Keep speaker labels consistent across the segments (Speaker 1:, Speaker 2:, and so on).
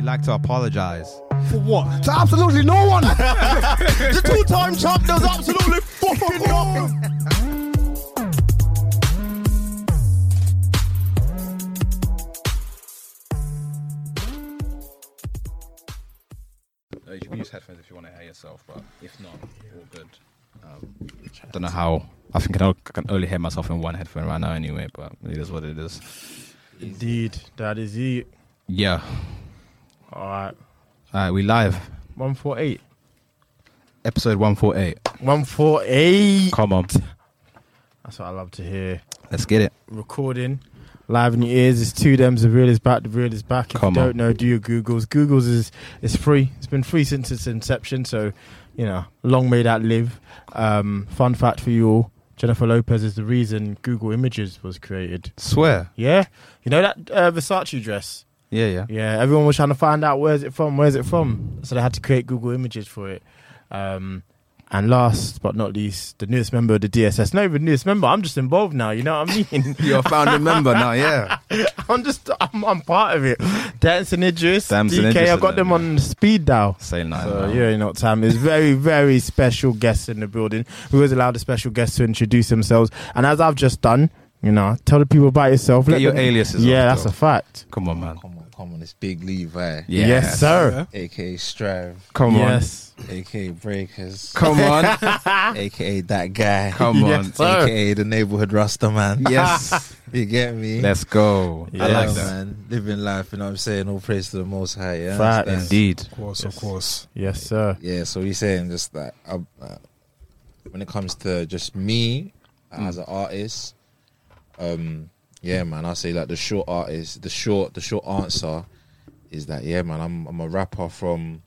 Speaker 1: We like to apologize.
Speaker 2: For what? To absolutely no one. the two-time champ does absolutely fucking nothing.
Speaker 3: Uh, you can use headphones if you want to hear yourself, but if not, all good. Um, don't know how. I think I can o- I can only hear myself in one headphone right now, anyway. But it is what it is.
Speaker 2: Indeed, that is it.
Speaker 3: Yeah.
Speaker 2: All right,
Speaker 3: All right, we live.
Speaker 2: one four eight.
Speaker 3: Episode one four eight.
Speaker 2: One four eight.
Speaker 3: Come on,
Speaker 2: That's what I love to hear.
Speaker 3: let's get it.
Speaker 2: Recording live in your ears. It's two dems. The real is back. The real is back. If
Speaker 3: Come
Speaker 2: you
Speaker 3: on.
Speaker 2: don't know, do your googles. Googles is it's free. It's been free since its inception. So, you know, long may that live. Um, fun fact for you all: Jennifer Lopez is the reason Google Images was created.
Speaker 3: Swear.
Speaker 2: Yeah, you know that uh, Versace dress.
Speaker 3: Yeah, yeah.
Speaker 2: Yeah, everyone was trying to find out where's it from, where's it from. So they had to create Google images for it. Um, and last but not least, the newest member of the DSS. Not even newest member. I'm just involved now. You know what I mean?
Speaker 1: You're a founding member now, yeah.
Speaker 2: I'm just, I'm, I'm part of it. Dancing Idris,
Speaker 3: Damson
Speaker 2: DK.
Speaker 3: Idris
Speaker 2: I
Speaker 3: is
Speaker 2: got them
Speaker 3: there,
Speaker 2: on speed dial.
Speaker 3: Say nothing.
Speaker 2: So
Speaker 3: man.
Speaker 2: you already know what time it is. Very, very special guests in the building. We always allow the special guests to introduce themselves. And as I've just done, you know, tell the people about yourself.
Speaker 3: Get
Speaker 2: Let
Speaker 3: your
Speaker 2: them-
Speaker 3: aliases
Speaker 2: Yeah,
Speaker 3: off,
Speaker 2: that's
Speaker 3: though.
Speaker 2: a fact.
Speaker 3: Come on, man.
Speaker 4: Come on, come on, it's Big Levi,
Speaker 3: Yes.
Speaker 2: Yes, sir.
Speaker 4: aka Strive,
Speaker 3: Come
Speaker 2: Yes.
Speaker 4: aka Breakers,
Speaker 3: on. Come on.
Speaker 4: aka that guy,
Speaker 3: Come
Speaker 2: Yes,
Speaker 3: on.
Speaker 2: sir.
Speaker 4: aka the neighborhood Rasta man.
Speaker 3: Yes.
Speaker 4: you get me?
Speaker 3: Let's go. I
Speaker 2: Yeah,
Speaker 3: like that.
Speaker 4: man. Living life, you know what I'm saying? All praise to the Most High, yeah.
Speaker 2: Fact.
Speaker 4: Understand?
Speaker 3: Indeed.
Speaker 1: Of course, of course.
Speaker 2: Yes, sir.
Speaker 4: Yeah, so he's saying just that um, uh, when it comes to just me
Speaker 3: Mm.
Speaker 4: as an artist, um, yeah, man, I say like the short artist, the short, the short answer is that yeah, man, I'm I'm a rapper from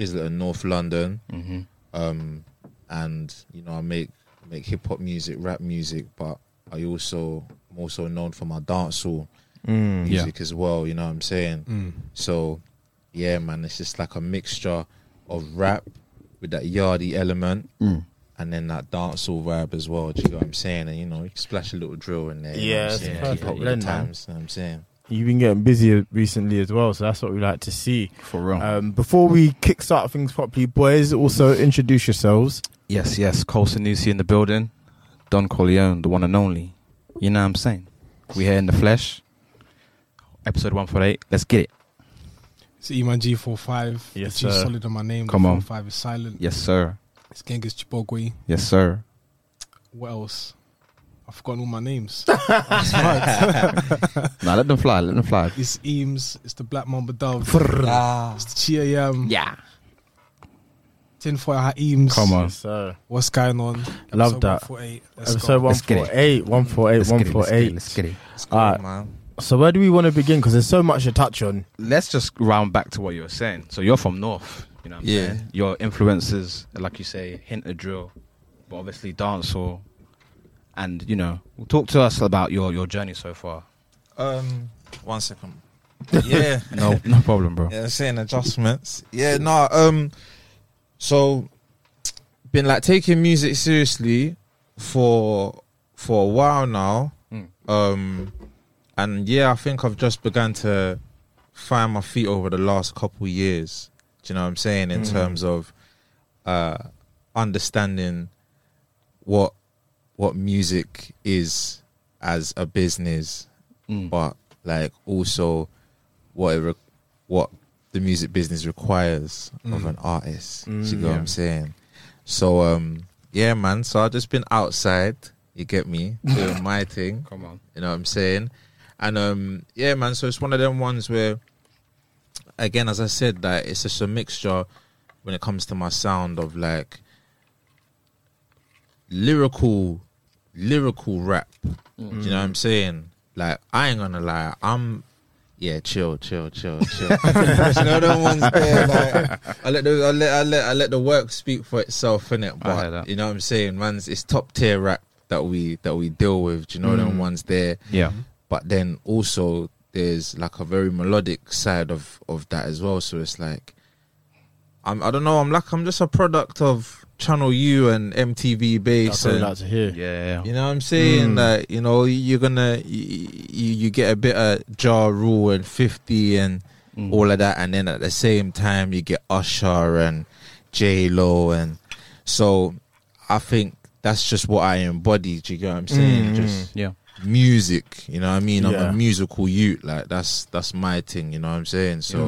Speaker 4: Islington, North London,
Speaker 2: Mm-hmm.
Speaker 4: um, and you know I make make hip hop music, rap music, but I also I'm also known for my dancehall
Speaker 2: Mm,
Speaker 4: music as well. You know what I'm saying? So yeah, man, it's just like a mixture of rap with that yardy element.
Speaker 2: Mm.
Speaker 4: And then that dancehall vibe as well. Do you know what I'm saying? And you know, you splash a little drill in there. you know what I'm
Speaker 2: Yeah,
Speaker 4: saying?
Speaker 2: it's
Speaker 4: keep up
Speaker 2: perfect
Speaker 4: with
Speaker 2: blend,
Speaker 4: the
Speaker 2: man.
Speaker 4: times. You know what I'm saying,
Speaker 2: You've been getting busy recently as well, so that's what we like to see.
Speaker 3: For real.
Speaker 2: Um, before we kickstart things properly, boys, also introduce yourselves.
Speaker 3: Yes, yes. Cole Sanusi in the building. Don Corleone, the one and only. You know what I'm saying? We here in the flesh. Episode 148. Let's get it.
Speaker 5: It's Eman G45.
Speaker 2: Yes,
Speaker 5: the G
Speaker 2: sir.
Speaker 5: solid on my name.
Speaker 3: Come
Speaker 5: the
Speaker 3: on.
Speaker 5: 45 is silent.
Speaker 3: Yes, sir.
Speaker 5: It's Genghis Chibogwe.
Speaker 3: Yes, sir.
Speaker 5: What else? I've forgotten all my names.
Speaker 3: Now let them fly. Let them fly.
Speaker 5: it's Eames. It's the Black Mamba Dove. It's the Chia Yam.
Speaker 3: Yeah.
Speaker 5: Tinfoil Hat Eames.
Speaker 3: Come on.
Speaker 2: So,
Speaker 5: What's going on?
Speaker 2: Love that.
Speaker 5: 148. Let's
Speaker 2: episode
Speaker 5: go.
Speaker 3: Let's get it.
Speaker 2: 148, 148,
Speaker 3: Let's get it. Let's get it.
Speaker 2: 148.
Speaker 3: Let's get it.
Speaker 2: Alright.
Speaker 4: man.
Speaker 2: So, where do we want to begin? Because there's so much to touch on.
Speaker 3: Let's just round back to what you were saying. So you're from North. You know what I'm
Speaker 4: Yeah.
Speaker 3: saying? Your influences, like you say, hint of drill, but obviously dancehall. And, you know, talk to us about your, your journey so far.
Speaker 4: Um, one second. Yeah.
Speaker 3: No, no problem, bro.
Speaker 4: Yeah, I'm saying adjustments. Yeah, no. Um, so been like taking music seriously for for a while now. Um, and yeah, I think I've just begun to find my feet over the last couple years. Do you know what I'm saying? In terms of uh, understanding what what
Speaker 3: Mm.
Speaker 4: music is as a business, but like also what it re- what the music business requires
Speaker 3: Mm.
Speaker 4: of an artist. Do you get what I'm saying? So um, yeah, man. So I've just been outside. You get me doing my thing.
Speaker 3: Come on.
Speaker 4: You know what I'm saying? And um, yeah, man. So it's one of them ones where, again, as I said, that it's just a mixture when it comes to my sound of like lyrical, lyrical rap. Do you know what I'm saying? Like I ain't gonna lie, I'm. Yeah, chill, chill, chill, chill. you know them ones there. Like, I let the I let I let I let the work speak for itself in it.
Speaker 3: hear
Speaker 4: But
Speaker 3: that.
Speaker 4: you know what I'm saying, man's it's top tier rap that we that we deal with. Do you know them ones there?
Speaker 3: Yeah.
Speaker 4: but then also there's like a very melodic side of of that as well so it's like i'm i don't know i'm like i'm just a product of channel u and mtv
Speaker 2: That's
Speaker 4: bass
Speaker 2: what Mm. we
Speaker 4: and
Speaker 2: like to hear.
Speaker 3: Yeah.
Speaker 4: you know what i'm saying like you know you're gonna you, you you get a bit of jar rule and 50 and
Speaker 2: Mm.
Speaker 4: all of that and then at the same time you get usher and j lo and so i think that's just what i embody do you get what i'm
Speaker 2: Mm.
Speaker 4: saying just
Speaker 3: Yeah.
Speaker 4: music. You know what I mean?
Speaker 2: Yeah.
Speaker 4: I'm a musical youth. Like that's that's my thing. You know what I'm saying? So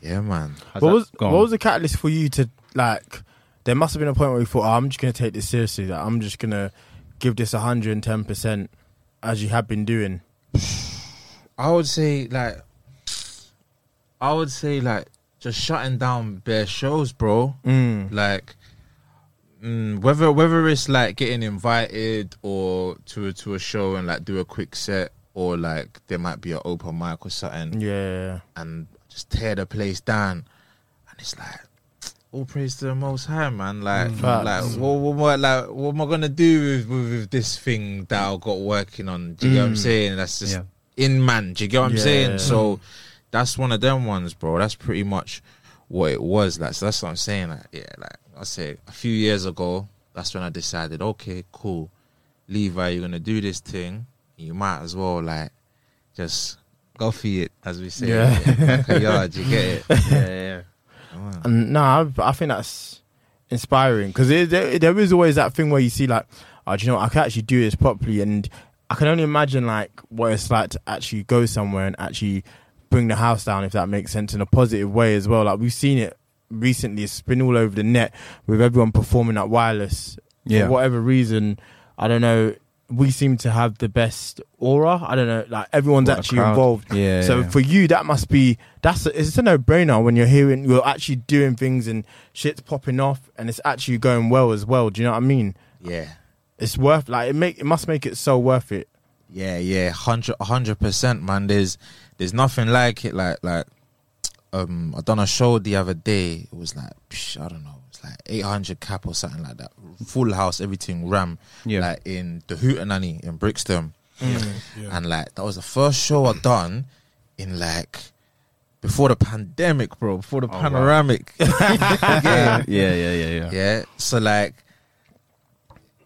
Speaker 4: yeah, man.
Speaker 3: How's
Speaker 2: what
Speaker 3: that
Speaker 2: was
Speaker 3: gone?
Speaker 2: what was the catalyst for you to like? There must have been a point where you thought, oh, "I'm just going to take this seriously. That I'm just going to give this 110 percent as you have been doing."
Speaker 4: I would say like, I would say like just shutting down bare shows, bro. Like. Mm, whether whether it's like getting invited or to a, to a show and like do a quick set or like there might be an open mic or something
Speaker 2: Yeah,
Speaker 4: and just tear the place down. And it's like, all praise to the Most High, man. Like, like
Speaker 2: Mm. Facts.
Speaker 4: what, what, what, like, what am I gonna do with, with, with this thing that I got working on? Do you get what I'm saying? That's just
Speaker 3: Yeah.
Speaker 4: in man. Do you get what I'm
Speaker 2: Mm. Yeah.
Speaker 4: saying? So that's one of them ones, bro. That's pretty much what it was. Like, so that's what I'm saying. Like, yeah, like I say, a few years ago, that's when I decided, okay, cool, Levi, you're gonna do this thing. You might as well like just go for it, as we say.
Speaker 2: Yeah.
Speaker 4: Crack a yard, you get it. Yeah, yeah.
Speaker 2: and no, I, I think that's inspiring because there, there is always that thing where you see like, "Oh, do you know what? I can actually do this properly," and I can only imagine like what it's like to actually go somewhere and actually bring the house down, if that makes sense, in a positive way as well. Like we've seen it recently; it's been all over the net with everyone performing at wireless
Speaker 3: Yeah.
Speaker 2: for whatever reason, I don't know. We seem to have the best aura. I don't know. Like everyone's
Speaker 3: What a
Speaker 2: actually
Speaker 3: crowd.
Speaker 2: involved.
Speaker 3: Yeah,
Speaker 2: So
Speaker 3: yeah.
Speaker 2: for you, that must be that's a, it's a no brainer when you're hearing you're actually doing things and shit's popping off and it's actually going well as well. Do you know what I mean?
Speaker 4: Yeah.
Speaker 2: It's worth like it make it must make it so worth it.
Speaker 4: Yeah, yeah, hundred, hundred percent, man. There's, there's nothing like it. Like, like, um, I done a show the other day. It was like, psh, I don't know, it's like eight hundred cap or something like that. Full house, everything ram.
Speaker 3: Yeah.
Speaker 4: Like in the Hootenanny in Brixton,
Speaker 5: Yeah.
Speaker 4: and like that was the first show I done in like before the pandemic, bro. Before the panoramic. yeah,
Speaker 3: Yeah, yeah, yeah, yeah.
Speaker 4: yeah. So like,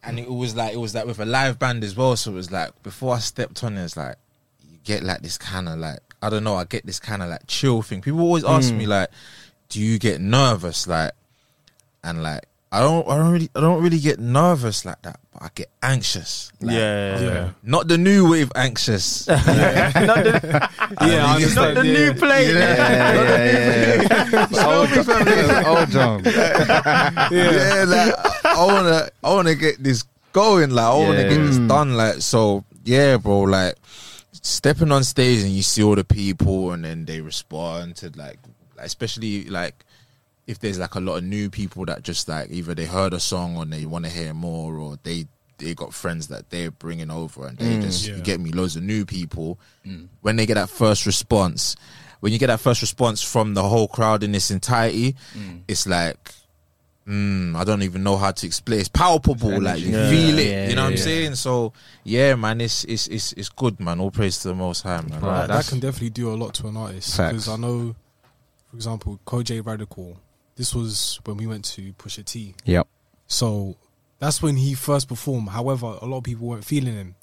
Speaker 4: and it was like it was like with a live band as well. So it was like before I stepped on, it was like you get like this kind of like I don't know. I get this kind of like chill thing. People always ask
Speaker 2: Mm.
Speaker 4: me like, do you get nervous? Like, and like I don't, I don't really, I don't really get nervous like that. But I get anxious. Like,
Speaker 2: yeah, yeah.
Speaker 4: Not the new wave anxious. yeah,
Speaker 5: Yeah, I understand.
Speaker 2: The new play.
Speaker 6: Old John.
Speaker 4: yeah, like I wanna I wanna get this going, like I wanna get this done, like so yeah, bro, like stepping on stage and you see all the people and then they respond to like especially like if there's like a lot of new people that just like either they heard a song or they want to hear more or they they got friends that they're bringing over and they just you
Speaker 5: Yeah.
Speaker 4: get me loads of new people when they get that first response when you get that first response from the whole crowd in its entirety it's like mm, I don't even know how to explain. It's palpable, like you feel it. you know what I'm saying? So yeah, man, it's it's it's it's good, man. All praise to the Most High, man.
Speaker 5: That- that
Speaker 3: that's-
Speaker 5: can definitely do a lot to an artist
Speaker 3: Facts.
Speaker 5: because I know, for example, Koj Radical. This was when we went to Pusha T.
Speaker 3: Yep.
Speaker 5: So that's when he first performed. However, a lot of people weren't feeling him,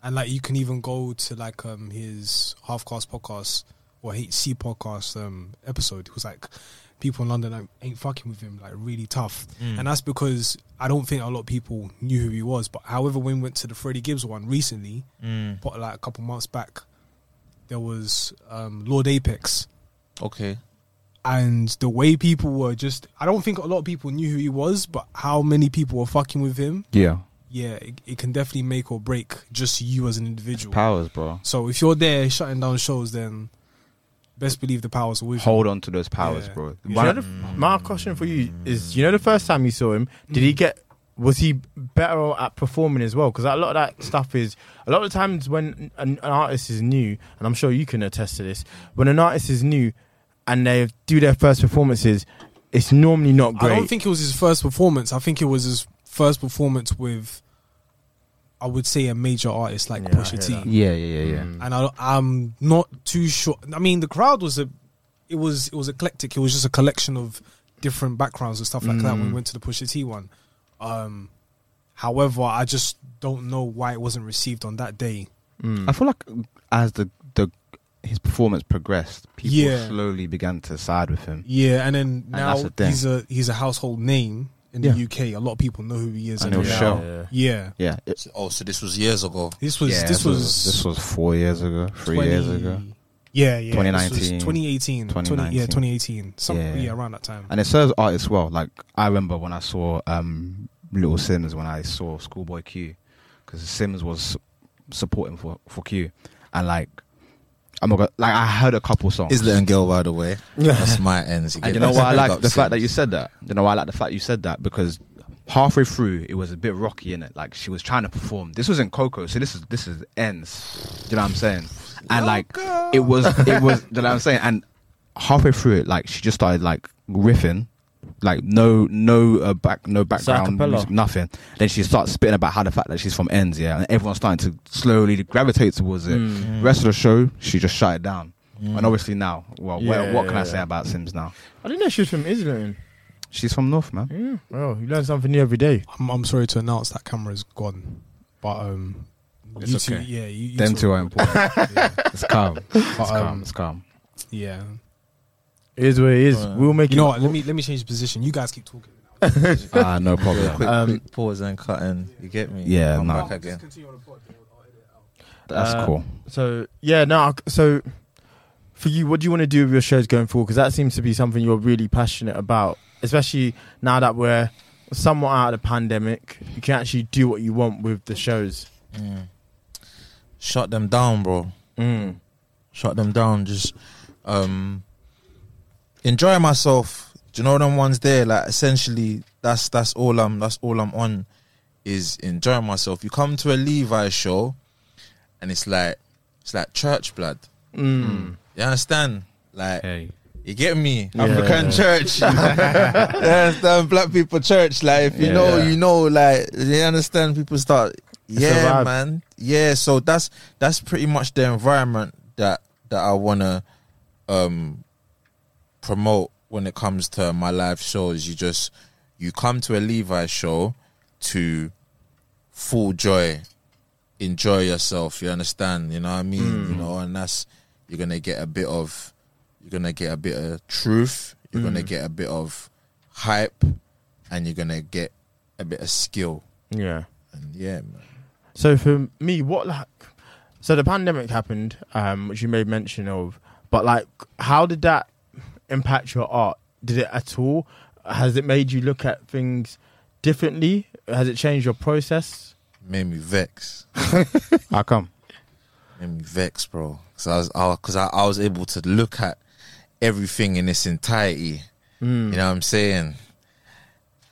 Speaker 5: and like you can even go to like um his half cast podcast or HC podcast um episode. It was like people in London like, ain't fucking with him like really tough, and that's because I don't think a lot of people knew who he was. But however, when we went to the Freddie Gibbs one recently, but like a couple months back, there was um, Lord Apex,
Speaker 4: Okay.
Speaker 5: and the way people were just I don't think a lot of people knew who he was, but how many people were fucking with him?
Speaker 3: Yeah.
Speaker 5: Yeah, it, it can definitely make or break just you as an individual.
Speaker 3: Powers, bro.
Speaker 5: So if you're there shutting down shows, then best believe the powers are with you.
Speaker 3: Hold on to those powers,
Speaker 5: Yeah.
Speaker 3: bro.
Speaker 2: You
Speaker 3: One
Speaker 2: know
Speaker 3: of-
Speaker 2: the f- my question for you is: You know, the first time you saw him, did
Speaker 5: Mm.
Speaker 2: he get? Was he better at performing as well? Because a lot of that stuff is a lot of times when an, an artist is new, and I'm sure you can attest to this. When an artist is new, and they do their first performances, it's normally not great.
Speaker 5: I don't think it was his first performance. I think it was his first performance with, I would say, a major artist like
Speaker 2: Yeah, I hear
Speaker 5: Pusha T.
Speaker 2: that.
Speaker 3: yeah, yeah, yeah, yeah.
Speaker 4: Mm.
Speaker 5: And I, I'm not too sure. I mean, the crowd was a, it was it was eclectic. It was just a collection of different backgrounds and stuff like that.
Speaker 3: Mm.
Speaker 5: When we went to the Pusha T one. Um, however, I just don't know why it wasn't received on that day.
Speaker 3: I feel like as the the his performance progressed, people
Speaker 5: Yeah.
Speaker 3: slowly began to side with him.
Speaker 5: Yeah, and then now
Speaker 3: that's the thing.
Speaker 5: he's a he's a household name in the
Speaker 3: Yeah.
Speaker 5: UK. A lot of people know who he is.
Speaker 3: And
Speaker 5: and
Speaker 3: it'll
Speaker 5: now-
Speaker 3: show.
Speaker 2: Yeah.
Speaker 5: Yeah,
Speaker 3: Yeah, it-
Speaker 4: So- oh, so this was years ago.
Speaker 5: this was
Speaker 3: yeah,
Speaker 5: this was
Speaker 3: this was four years ago, three
Speaker 5: 20
Speaker 3: years ago,
Speaker 5: Yeah, yeah.
Speaker 3: 2019.
Speaker 5: 2018. 20, yeah,
Speaker 3: 2019.
Speaker 5: 2018. Some, yeah.
Speaker 3: Yeah.
Speaker 5: around that time.
Speaker 3: and it serves art as well. Like I remember when I saw um, Little Sims, when I saw Schoolboy Q, because Sims was supporting for for Q, and like I'm not gonna, like I heard a couple songs.
Speaker 4: Is and girl, by the way. That's my ends.
Speaker 3: And you know why I like the fact that you said that. You know why I like the fact you said that because halfway through it was a bit rocky in it. Like she was trying to perform. This was in Coco, so this is this is ends. You know what I'm saying? And like it was it was. You know what I'm saying? And halfway through it, like she just started like riffing. Like no no uh, back no background
Speaker 2: acapella.
Speaker 3: music, nothing. Then she starts spitting about how the fact that she's from ends, yeah, and everyone's starting to slowly gravitate towards it.
Speaker 2: Mm.
Speaker 3: Rest of the show, she just shut it down. And obviously now, well,
Speaker 2: Yeah,
Speaker 3: what, what can
Speaker 2: Mm. yeah,
Speaker 3: I say
Speaker 2: yeah.
Speaker 3: about Sims now?
Speaker 2: I didn't know she was from Islington.
Speaker 3: She's from North, man.
Speaker 2: Yeah. Well, you learn something new every day.
Speaker 5: I'm, I'm sorry to announce that camera's gone. But, um,
Speaker 3: It's
Speaker 5: you two,
Speaker 3: okay.
Speaker 5: yeah, you, you
Speaker 3: Them
Speaker 5: two-
Speaker 3: two are important.
Speaker 5: yeah,
Speaker 3: It's calm. It's calm.
Speaker 5: um,
Speaker 3: It's calm.
Speaker 5: yeah.
Speaker 2: It is what it is. we'll make
Speaker 5: You
Speaker 2: it.
Speaker 5: know what? Let me, let me change position. You guys keep talking.
Speaker 3: Ah, no problem.
Speaker 4: Quick,
Speaker 2: Um,
Speaker 4: quick pause and cut and you get me.
Speaker 3: Yeah,
Speaker 4: Come
Speaker 3: no.
Speaker 4: back again.
Speaker 3: That's
Speaker 2: Uh,
Speaker 3: cool.
Speaker 2: So yeah, no. I c- So for you, what do you want to do with your shows going forward? Because that seems to be something you're really passionate about, especially now that we're somewhat out of the pandemic. You can actually do what you want with the shows.
Speaker 4: Shut them down, bro.
Speaker 2: Mm.
Speaker 4: Shut them down. Just um, enjoy myself. Do you know them ones there? Like essentially, that's that's all I'm that's all I'm on is enjoying myself. You come to a Levi show, and it's like it's like church blood.
Speaker 2: Mm.
Speaker 4: You understand? Like
Speaker 3: Hey.
Speaker 4: You get me? African church. you understand? Black people church. Like, if you
Speaker 3: Yeah.
Speaker 4: know,
Speaker 3: Yeah.
Speaker 4: you know, like, you understand? People start, yeah,
Speaker 2: vibe.
Speaker 4: man. Yeah. So that's, that's pretty much the environment that, that I want to, um, promote when it comes to my live shows. You just, you come to a Levi show to full joy, enjoy yourself. You understand? You know what I mean? You know, and that's, you're going to get a bit of, you're gonna get a bit of truth, you're gonna get a bit of hype, and you're gonna get a bit of skill.
Speaker 2: Yeah.
Speaker 4: And yeah, man.
Speaker 2: So for me, what like, so the pandemic happened, um, which you made mention of, but like, how did that impact your art? Did it at all? Has it made you look at things differently? Has it changed your process?
Speaker 4: made me vex,
Speaker 3: How Ah, come?
Speaker 4: made me vex, bro. Cause I was, I, cause I, I was able to look at everything in its entirety. You know what I'm saying?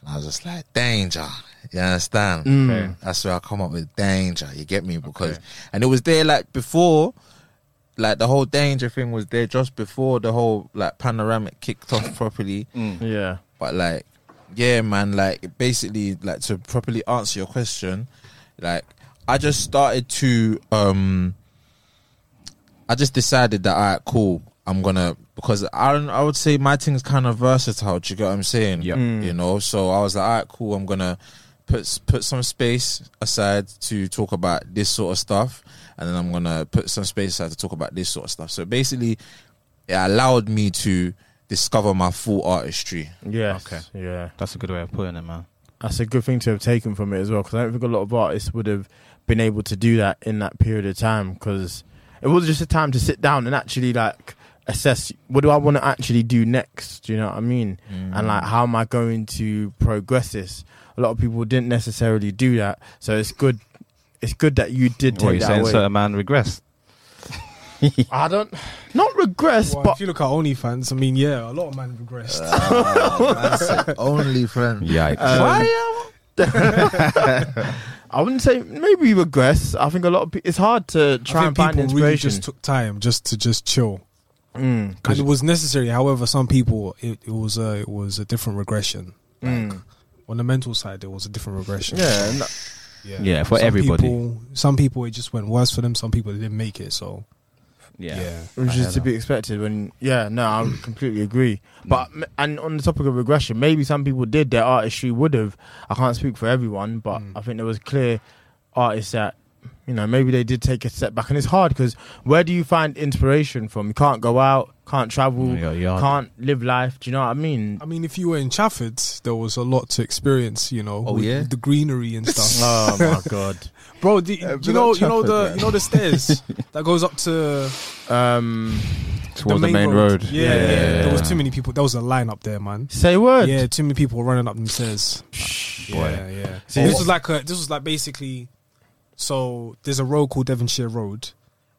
Speaker 4: And I was just like, danger. You understand?
Speaker 3: Okay.
Speaker 4: That's where I come up with danger. You get me? Because and it was there like before, like the whole danger thing was there just before the whole like panoramic kicked off properly.
Speaker 2: Yeah.
Speaker 4: But like, yeah, man, like basically, like to properly answer your question, like I just started to um I just decided that alright, cool. I'm gonna because I don't- I would say my thing's kind of versatile. Do you get what I'm saying?
Speaker 3: Yeah.
Speaker 4: You know, so I was like, alright, cool. I'm gonna put s- put some space aside to talk about this sort of stuff, and then I'm gonna put some space aside to talk about this sort of stuff. So basically, it allowed me to discover my full artistry.
Speaker 2: Yeah.
Speaker 3: Okay.
Speaker 2: Yeah.
Speaker 3: That's a good way of putting it, man.
Speaker 2: that's a good thing to have taken from it as well because I don't think a lot of artists would have been able to do that in that period of time because it was just a time to sit down and actually like assess what do I want to actually do next. Do you know what I mean?
Speaker 3: Mm.
Speaker 2: And like, how am I going to progress this? A lot of people didn't necessarily do that, so it's good. It's good that you did
Speaker 3: What are
Speaker 2: take
Speaker 3: you
Speaker 2: that
Speaker 3: saying?
Speaker 2: away.
Speaker 3: Certain man regressed.
Speaker 2: I don't not regress,
Speaker 5: Well,
Speaker 2: but
Speaker 5: if you look at OnlyFans, I mean, yeah, a lot of men regressed.
Speaker 3: Uh,
Speaker 4: Only friend.
Speaker 3: Yikes.
Speaker 2: I wouldn't say maybe regress. I think a lot of pe- it's hard to try
Speaker 5: I
Speaker 2: and
Speaker 5: think
Speaker 2: find
Speaker 5: people really
Speaker 2: inspiration. Mm.
Speaker 5: just took mm, time just to just chill. and it was necessary. However, some people it, it was a it was a different regression. Like, on the mental side, it was a different regression.
Speaker 2: yeah, and
Speaker 3: Yeah, for
Speaker 5: Some
Speaker 3: everybody.
Speaker 5: people- some people it just went worse for them. Some people they didn't make it. So
Speaker 3: yeah.
Speaker 2: which is to be expected when yeah no i would completely agree but m- and on the topic of regression maybe some people did their artistry would have i can't speak for everyone but
Speaker 5: Mm.
Speaker 2: i think there was clear artists that you know maybe they did take a step back and it's hard because where do you find inspiration from you can't go out can't travel
Speaker 3: Yeah, yeah.
Speaker 2: can't live life do you know what i mean
Speaker 5: I mean, if you were in Chafford, there was a lot to experience. You know,
Speaker 3: Oh,
Speaker 5: with
Speaker 3: yeah?
Speaker 5: the greenery and stuff,
Speaker 2: oh my god
Speaker 5: bro. The,
Speaker 4: but
Speaker 5: you know,
Speaker 4: not
Speaker 5: you know the
Speaker 4: Chafford,
Speaker 5: you know the stairs that goes up to
Speaker 2: um
Speaker 3: Towards the main, road.
Speaker 5: Yeah, yeah, There was too many people. There was a line up there, man.
Speaker 2: say word
Speaker 5: Yeah, too many people were running up them stairs. Yeah, yeah.
Speaker 2: See,
Speaker 5: this
Speaker 2: what-
Speaker 5: was like a, this was like basically. So there's a road called Devonshire Road,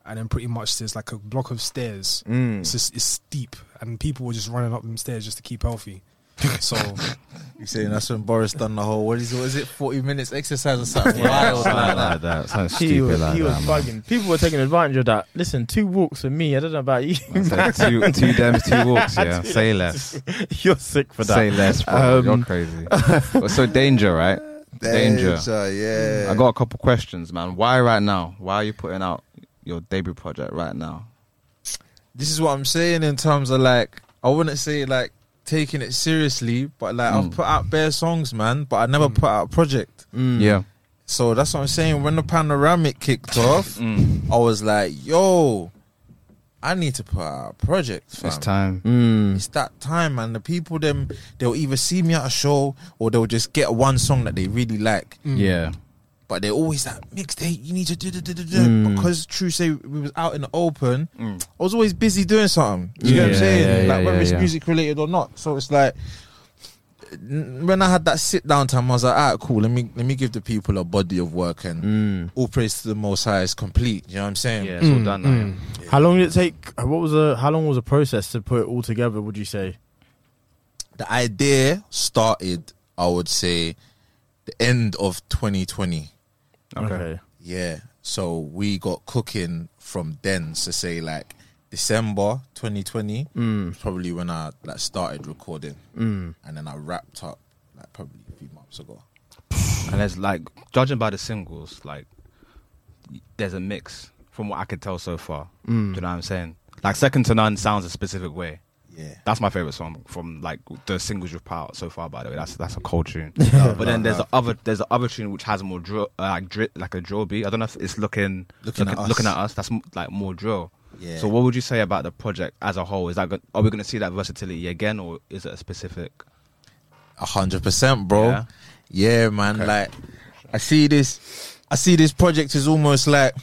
Speaker 5: and then pretty much there's like a block of stairs.
Speaker 2: Mm.
Speaker 3: Mm.
Speaker 5: It's just it's steep, and people were just running up them stairs just to keep healthy. So
Speaker 4: You saying that's when Boris done the whole what is what is it forty minutes exercise or something wild
Speaker 3: Something
Speaker 4: like that.
Speaker 3: like that. Something
Speaker 2: he
Speaker 3: stupid
Speaker 2: was,
Speaker 3: like
Speaker 2: he was
Speaker 3: that. man.
Speaker 2: bugging. People were taking advantage of that. Listen, two walks for me. I don't know about you.
Speaker 3: It's like two, two dems, two walks. Yeah, say less.
Speaker 2: You're sick for that.
Speaker 3: Say less. bro.
Speaker 2: Um,
Speaker 3: You're crazy. Well, so danger, right? Danger.
Speaker 4: Danger, yeah.
Speaker 3: I got a couple questions, man. Why right now? Why are you putting out your debut project right now?
Speaker 4: this is what I'm saying in terms of like I wouldn't say like taking it seriously, but like
Speaker 3: Mm.
Speaker 4: I've put out bare songs, man, but I never put out a project.
Speaker 3: Yeah.
Speaker 4: So that's what I'm saying. When the panoramic kicked off,
Speaker 3: Mm.
Speaker 4: I was like, yo, I need to put out a project. Fam.
Speaker 3: It's time.
Speaker 2: Mm.
Speaker 4: It's that time, man. The people them they'll either see me at a show or they'll just get one song that they really like.
Speaker 3: Yeah.
Speaker 4: But they're always like, mixtape, you need to do da, da, da, da.
Speaker 3: Hmm.
Speaker 4: because True say we was out in the open, I was always busy doing something. You know what
Speaker 3: Yeah,
Speaker 4: I'm saying?
Speaker 3: yeah,
Speaker 4: like
Speaker 3: yeah,
Speaker 4: whether it's
Speaker 3: yeah.
Speaker 4: music related or not. So it's like n- when I had that sit down time, I was like, alright, cool, let me let me give the people a body of work and all praise to the most high is complete. You know what I'm saying?
Speaker 3: Hmm. Yeah, it's all done now. yeah.
Speaker 4: mm.
Speaker 2: How long did it take? What was the? How long was the process to put it all together? Would you say?
Speaker 4: the idea started, I would say, the end of 2020.
Speaker 3: Okay.
Speaker 4: Yeah. So we got cooking from then to say like December 2020, mm. probably when I like started recording, mm. and then I wrapped up like probably a few months ago.
Speaker 3: And there's like, judging by the singles, like, there's a mix from what I could tell so far.
Speaker 4: Mm.
Speaker 3: Do you know what I'm saying? Like, Second to None sounds a specific way.
Speaker 4: Yeah.
Speaker 3: That's my favorite song from like the singles you've put out so far. By the way, that's that's a cold tune. but then there's the other there's the other tune which has more drill uh, like drill like a drill beat. I don't know if it's looking
Speaker 4: Looking at us.
Speaker 3: looking at us. That's m- like more drill.
Speaker 4: Yeah.
Speaker 3: So what would you say about the project as a whole? Is that go- are we going to see that versatility again, or is it a specific?
Speaker 4: A hundred percent, bro.
Speaker 3: Yeah?
Speaker 4: Yeah, man. Like, I see this. I see this project is almost like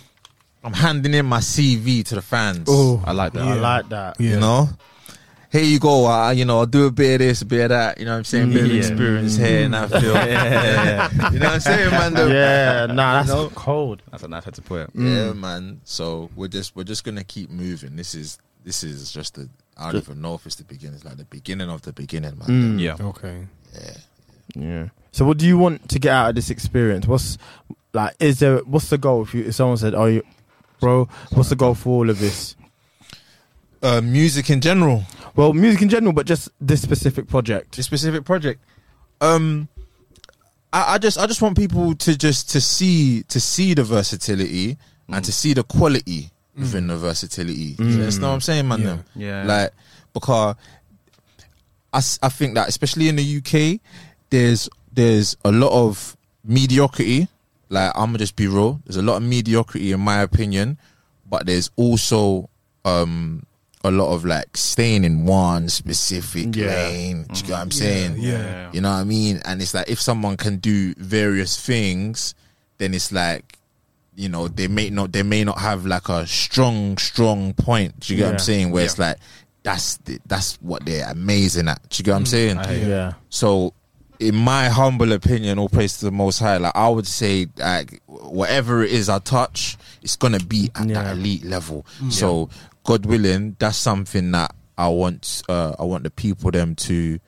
Speaker 4: I'm handing in my CV to the fans.
Speaker 3: I like that.
Speaker 2: I like that.
Speaker 5: yeah,
Speaker 4: you know here you go uh, you know i'll do a bit of this a bit of that you know what i'm saying bit of
Speaker 3: Yeah.
Speaker 4: experience here and i feel you know what i'm saying man The-
Speaker 2: Yeah, nah, that's cold.
Speaker 3: That's a nice way to put
Speaker 2: Mm.
Speaker 3: it.
Speaker 4: yeah man so we're just we're just gonna keep moving this is this is just the I don't even know if it's the beginning. It's like the beginning of the beginning, man.
Speaker 3: Yeah.
Speaker 5: okay.
Speaker 2: Yeah. So, what do you want to get out of this experience? What's like? Is there? What's the goal? If, you, if someone said, "Oh, you, bro, what's the goal for all of this?"
Speaker 4: Uh, music in general,
Speaker 2: Well, music in general, but just this specific project.
Speaker 4: this specific project. Um, I, I just I just want people to just to see to see the versatility and to see the quality within the versatility. You understand what I'm saying, man?
Speaker 5: Yeah.
Speaker 4: them?
Speaker 3: Yeah.
Speaker 4: Like because I, s- I think that especially in the UK, there's there's a lot of mediocrity. Like I'm gonna just be real. There's a lot of mediocrity in my opinion, but there's also um a lot of like staying in one specific
Speaker 2: Yeah.
Speaker 4: lane. Do you get what I'm saying?
Speaker 5: yeah.
Speaker 4: You know what I mean? And it's like if someone can do various things, then it's like you know they may not they may not have like a strong strong point. Do you get what I'm
Speaker 2: Yeah.
Speaker 4: saying? Where it's like that's the, that's what they're amazing at. Do you get what I'm saying?
Speaker 2: yeah.
Speaker 4: So, in my humble opinion, all praise to the Most High. Like I would say, like whatever it is I touch, it's gonna be at
Speaker 2: Yeah.
Speaker 4: that elite level. So, God willing, that's something that I want. Uh, I want the people them to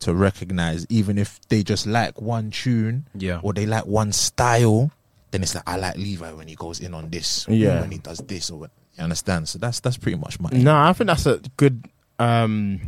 Speaker 4: to recognize, even if they just like one tune,
Speaker 3: Yeah.
Speaker 4: or they like one style. Then it's like I like Levi when he goes in on this, or
Speaker 2: Yeah. Mm-hmm.
Speaker 4: when he does this, or when, you understand. So that's that's pretty much my
Speaker 2: No, I think that's a good um,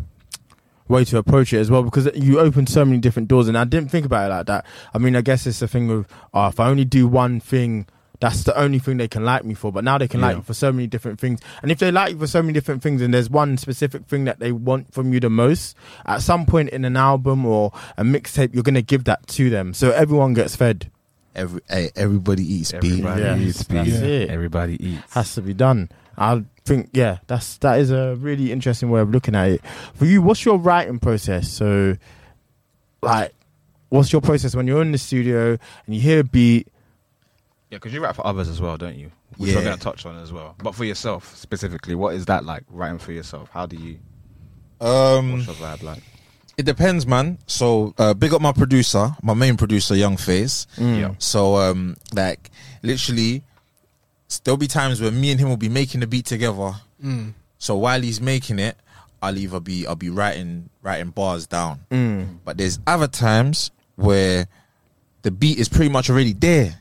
Speaker 2: way to approach it as well because you open so many different doors, and I didn't think about it like that. I mean, I guess it's the thing with oh, if I only do one thing. That's the only thing they can like me for, but now they can like you for so many different things. And if they like you for so many different things, and there's one specific thing that they want from you the most, at some point in an album or a mixtape, you're gonna give that to them. So everyone gets fed.
Speaker 4: every eh, everybody eats beef.
Speaker 3: Everybody
Speaker 2: Yeah.
Speaker 3: eats
Speaker 2: That's
Speaker 3: beef.
Speaker 2: it.
Speaker 3: Everybody eats.
Speaker 2: has to be done. I think yeah, that's that is a really interesting way of looking at it. For you, what's your writing process? So, like, what's your process when you're in the studio and you hear a beat?
Speaker 3: Yeah, because you write for others as well, don't you? Which we're
Speaker 4: Yeah.
Speaker 3: going to touch on as well. But for yourself specifically, what is that like writing for yourself? How do you?
Speaker 4: Um,
Speaker 3: What's your vibe like?
Speaker 4: It depends, man. So uh, big up my producer, my main producer, Young Face.
Speaker 2: Mm.
Speaker 3: Yeah.
Speaker 4: So um, like literally, s- there'll be times where me and him will be making the beat together.
Speaker 2: Mm.
Speaker 4: So while he's making it, I'll either be I'll be writing writing bars down.
Speaker 2: Mm.
Speaker 4: But there's other times where the beat is pretty much already there.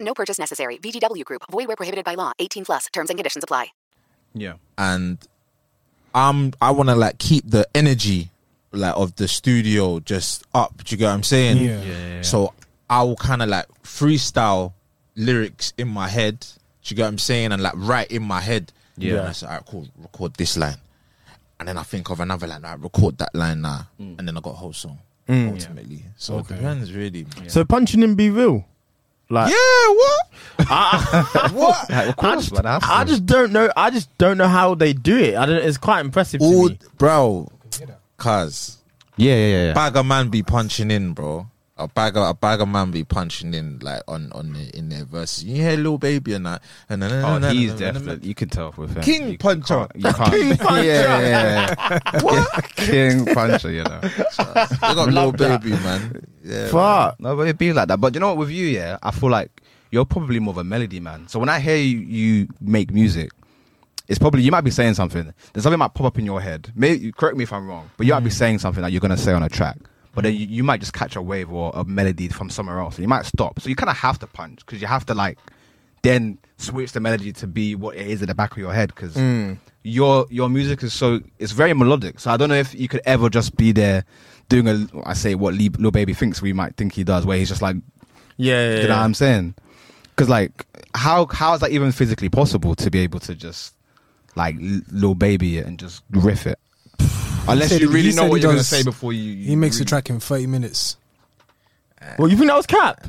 Speaker 7: No purchase necessary. VGW Group. Void where prohibited by law. 18 plus. Terms and conditions apply.
Speaker 3: Yeah.
Speaker 4: and I'm I want to like keep the energy like of the studio just up. Do you get what I'm saying?
Speaker 5: Yeah. Yeah, yeah,
Speaker 4: So I will kind of like freestyle lyrics in my head. Do you get what I'm saying? And like write in my head.
Speaker 3: Yeah.
Speaker 4: And I say, all right, cool. Record this line, and then I think of another line. I record that line now, and then I got a whole song. ultimately, so it depends really. Yeah,
Speaker 2: So punching in be real. Like
Speaker 4: what? what?
Speaker 3: Like, of course, but that's
Speaker 2: I just don't know. I just don't know how they do it. I don't. It's quite impressive. To
Speaker 4: All,
Speaker 2: me.
Speaker 4: bro, cause
Speaker 3: yeah, yeah, yeah.
Speaker 4: bag of man be punching in, bro. A bag of a bag of man be punching in like on on the, in their verses. You hear little baby and that, and then
Speaker 3: Oh,
Speaker 4: and then-
Speaker 3: he's
Speaker 4: and then- and then-
Speaker 3: definitely. You can tell with him.
Speaker 4: King
Speaker 3: you
Speaker 4: Puncher.
Speaker 3: can't- You can't. King Puncher. Yeah, yeah, yeah. King Puncher. You know.
Speaker 4: They got little baby, man. Yeah,
Speaker 2: Fuck.
Speaker 3: No, but it'd be like that. But you know what? With you, yeah, I feel like you're probably more of a melody man. So when I hear you, you make music, it's probably you might be saying something. There's something might pop up in your head. Maybe correct me if I'm wrong, but you might be saying something that you're gonna say on a track. But then you, you might just catch a wave or a melody from somewhere else, and you might stop. So you kind of have to punch because you have to like then switch the melody to be what it is at the back of your head because your your music is so it's very melodic. So I don't know if you could ever just be there doing a I say what Lee, Lil Baby thinks we might think he does, where he's just like,
Speaker 2: Yeah. yeah,
Speaker 3: you know what
Speaker 2: yeah.
Speaker 3: I'm saying? Because like how how is that even physically possible to be able to just like L- Lil Baby it and just riff it? Unless
Speaker 5: said-
Speaker 3: you really
Speaker 5: he
Speaker 3: know
Speaker 5: said
Speaker 3: what
Speaker 5: he
Speaker 3: you're gonna
Speaker 5: does-
Speaker 3: say before you, you
Speaker 5: He makes
Speaker 3: really,
Speaker 5: a track in 30 minutes.
Speaker 2: Well, you think that was cap?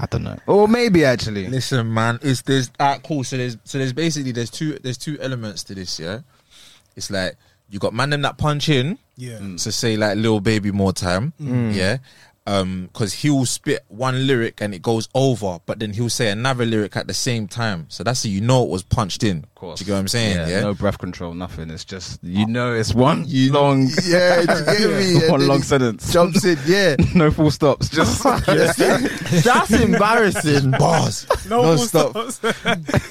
Speaker 3: I don't
Speaker 4: Oh,
Speaker 3: know, or maybe actually,
Speaker 4: Listen, man, it's there's ah cool. So there's so there's basically there's two there's two elements to this. Yeah, it's like you got man them that punch in. Mm.
Speaker 5: Yeah.
Speaker 4: So say like little baby more time. Yeah. Um, cause he'll spit one lyric and it goes over, but then he'll say another lyric at the same time. So that's how you know it was punched in. Of
Speaker 3: course.
Speaker 4: Do you get what I'm saying? Yeah.
Speaker 3: no breath control, nothing. It's just you know, it's one long,
Speaker 4: Yeah, do you get me? And
Speaker 3: one
Speaker 4: then
Speaker 3: long
Speaker 4: he
Speaker 3: sentence.
Speaker 4: Jumps in, yeah.
Speaker 3: no full stops. Just
Speaker 2: That's embarrassing.
Speaker 4: Bars. No, stop.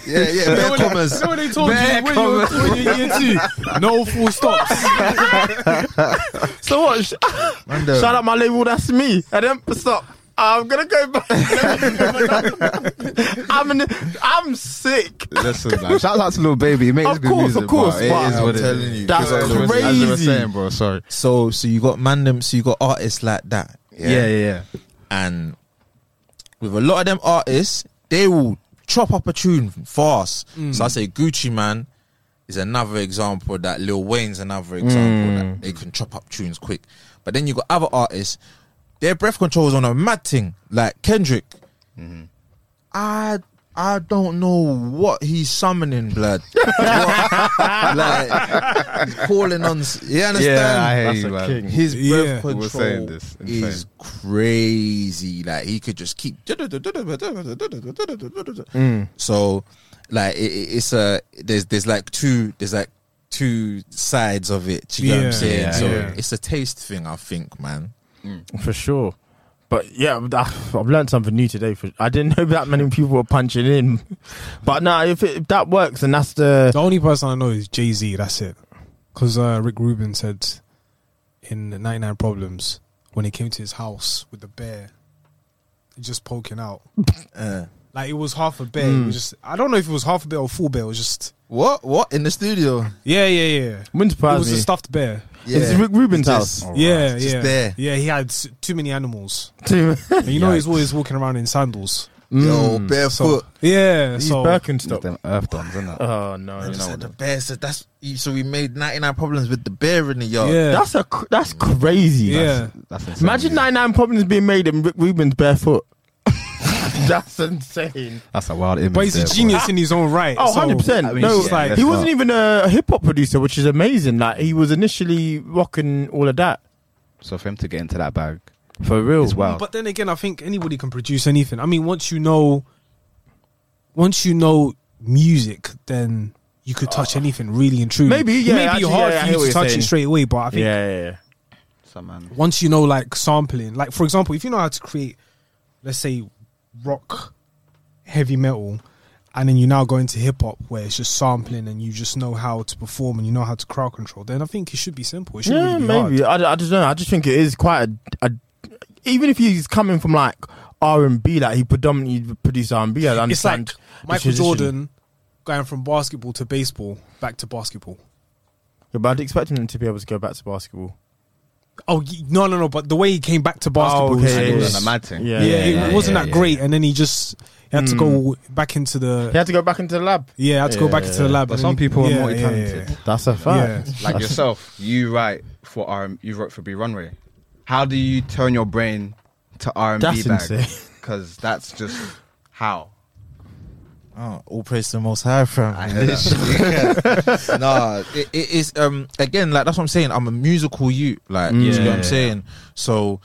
Speaker 4: Yeah, yeah. Bare commas.
Speaker 5: You know what they told
Speaker 3: Bare
Speaker 5: you when you were when you were in year two? No full stops.
Speaker 2: So what? Sh-
Speaker 4: Mando.
Speaker 2: Shout out my label, that's me. And then stop. I'm gonna go back. I'm in, I'm sick.
Speaker 3: Listen, man. Shout out to little baby. He makes
Speaker 2: Of
Speaker 3: good
Speaker 2: course,
Speaker 3: music,
Speaker 2: of course,
Speaker 3: but it
Speaker 2: but
Speaker 3: is what it
Speaker 4: telling
Speaker 3: is.
Speaker 4: you.
Speaker 2: That's
Speaker 3: As I was- As I was
Speaker 2: crazy.
Speaker 3: saying, bro. Sorry.
Speaker 4: So so you got man them, so you got artists like that.
Speaker 3: Yeah, yeah, yeah.
Speaker 4: And with a lot of them artists, they will chop up a tune fast.
Speaker 8: Mm.
Speaker 4: So I say Gucci Man is another example that Lil Wayne's another example
Speaker 8: Mm.
Speaker 4: that they can chop up tunes quick. But then you got other artists, their breath control is on a mad thing, like Kendrick.
Speaker 3: Mm-hmm.
Speaker 4: I I don't know what he's summoning, blood. What- like he's calling on. s- You understand?
Speaker 3: Yeah, I hear That's you, a man. king.
Speaker 4: His breath
Speaker 3: Yeah. We
Speaker 4: control
Speaker 3: were saying this.
Speaker 4: is
Speaker 3: Insane.
Speaker 4: crazy. Like he could just keep.
Speaker 2: Mm.
Speaker 4: So, like it, it- it's a there's there's like two there's like two sides of it. do You know what I'm
Speaker 2: Yeah.
Speaker 4: saying?
Speaker 2: Yeah,
Speaker 4: so
Speaker 2: yeah.
Speaker 4: it's a taste thing, I think, man.
Speaker 2: For sure. But yeah, I've- I've learned something new today. For I didn't know that many people were punching in. But no, if, it, if that works, then that's the
Speaker 5: the only person I know is Jay Z. That's it. Because uh, Rick Rubin said in 99 Problems when he came to his house with the bear, just poking out.
Speaker 4: Uh,
Speaker 5: like it was half a bear. It
Speaker 4: Mm.
Speaker 5: was just I don't know if it was half a bear or full bear. It was just
Speaker 4: what what in the studio?
Speaker 5: Yeah, yeah, yeah.
Speaker 2: Wouldn't surprise
Speaker 5: It was
Speaker 2: me.
Speaker 5: a stuffed bear.
Speaker 2: Yeah. Is it Rick Rubin's house?
Speaker 5: Just-
Speaker 2: Alright.
Speaker 5: Yeah, yeah,
Speaker 2: Just there.
Speaker 5: Yeah, he had s- too many animals.
Speaker 2: Too-
Speaker 5: And you know he's
Speaker 2: Yikes.
Speaker 5: always walking around in sandals.
Speaker 4: Yo,
Speaker 5: Mm.
Speaker 4: barefoot.
Speaker 5: So- yeah,
Speaker 4: These
Speaker 5: so
Speaker 4: Birkenstock.
Speaker 3: Them earth dons, isn't it?
Speaker 2: Oh no,
Speaker 4: I just said the bear said that's so we made 99 problems with the bear in the yard.
Speaker 5: Yeah.
Speaker 2: That's a cr- that's crazy.
Speaker 4: Yeah.
Speaker 3: That's, that's
Speaker 2: Imagine nine nine problems being made in Rick Rubin's barefoot. that's insane.
Speaker 3: That's a wild image.
Speaker 5: But he's a
Speaker 3: there, boy.
Speaker 5: genius in his own right.
Speaker 2: Oh,
Speaker 5: so-
Speaker 2: 100 percent.
Speaker 3: I mean,
Speaker 2: No,
Speaker 3: yeah, Like-
Speaker 2: he
Speaker 3: that's
Speaker 2: wasn't
Speaker 3: not-
Speaker 2: even a hip hop producer, which is amazing. Like he was initially rocking all of that
Speaker 3: So for him to get into that bag
Speaker 2: for real
Speaker 3: is wild.
Speaker 5: But then again, I think anybody can produce anything. I mean, once you know, once you know music, then you could touch anything really and truly.
Speaker 2: Uh, Maybe, yeah,
Speaker 5: it may
Speaker 2: actually,
Speaker 5: be hard
Speaker 2: yeah, I
Speaker 5: for
Speaker 2: hear what
Speaker 5: you
Speaker 2: you're
Speaker 5: to touch
Speaker 2: saying.
Speaker 5: it straight away, but I think
Speaker 2: Yeah, yeah, yeah.
Speaker 3: Some man.
Speaker 5: once you know like sampling like for example if you know how to create let's say rock heavy metal and then you now go into hip hop where it's just sampling and you just know how to perform and you know how to crowd control then i think it should be simple it should
Speaker 2: yeah,
Speaker 5: really be
Speaker 2: maybe.
Speaker 5: hard.
Speaker 2: I, d- I just don't know. I just think it is quite a, a even if he's coming from like R and B, like he predominantly produced R and B. I
Speaker 5: it's like
Speaker 2: understand. the
Speaker 5: michael
Speaker 2: transition.
Speaker 5: jordan going from basketball to baseball back to basketball
Speaker 2: Yeah, but I'd expect him to be able to go back to basketball.
Speaker 5: oh y- no no no but the way he came back to basketball
Speaker 2: Oh, okay,
Speaker 5: was-
Speaker 2: yeah,
Speaker 5: was-
Speaker 2: yeah.
Speaker 3: a mad thing.
Speaker 2: Yeah,
Speaker 5: yeah,
Speaker 2: yeah,
Speaker 5: it
Speaker 2: yeah,
Speaker 5: wasn't
Speaker 2: yeah,
Speaker 5: that
Speaker 2: yeah.
Speaker 5: great and then he just he had to go back into the
Speaker 2: He had to go back into the lab.
Speaker 5: yeah, I had to go back into the lab.
Speaker 3: But
Speaker 5: and
Speaker 3: some
Speaker 5: then-
Speaker 3: people
Speaker 5: yeah,
Speaker 3: are more
Speaker 5: yeah, yeah,
Speaker 3: talented.
Speaker 5: yeah.
Speaker 2: That's a fact.
Speaker 5: Yeah.
Speaker 3: Like yourself, you write for RM. You wrote for B Runway. How do you turn your brain to R and B
Speaker 2: That's
Speaker 3: bag?
Speaker 2: insane.
Speaker 3: Because that's just how.
Speaker 4: Oh, all praise to the Most High, fam.
Speaker 3: I heard
Speaker 4: nah, it, it is um again like that's what I'm saying. I'm a musical you, like do you know what I'm
Speaker 3: Yeah.
Speaker 4: saying. So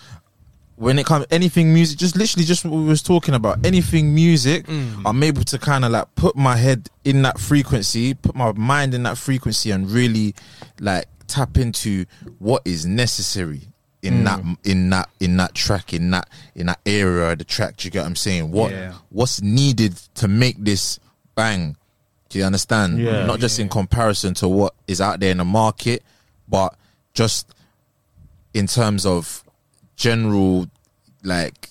Speaker 4: when it comes anything music, just literally just what we was talking about, anything music,
Speaker 2: Mm.
Speaker 4: I'm able to kind of like put my head in that frequency, put my mind in that frequency, and really like tap into what is necessary.
Speaker 2: Mm.
Speaker 4: In that, in that, in that track, in that, in that area of the track, do you get what I'm saying? What,
Speaker 3: Yeah.
Speaker 4: what's needed to make this bang? Do you understand?
Speaker 2: Yeah.
Speaker 4: Not just in comparison to what is out there in the market, but just in terms of general like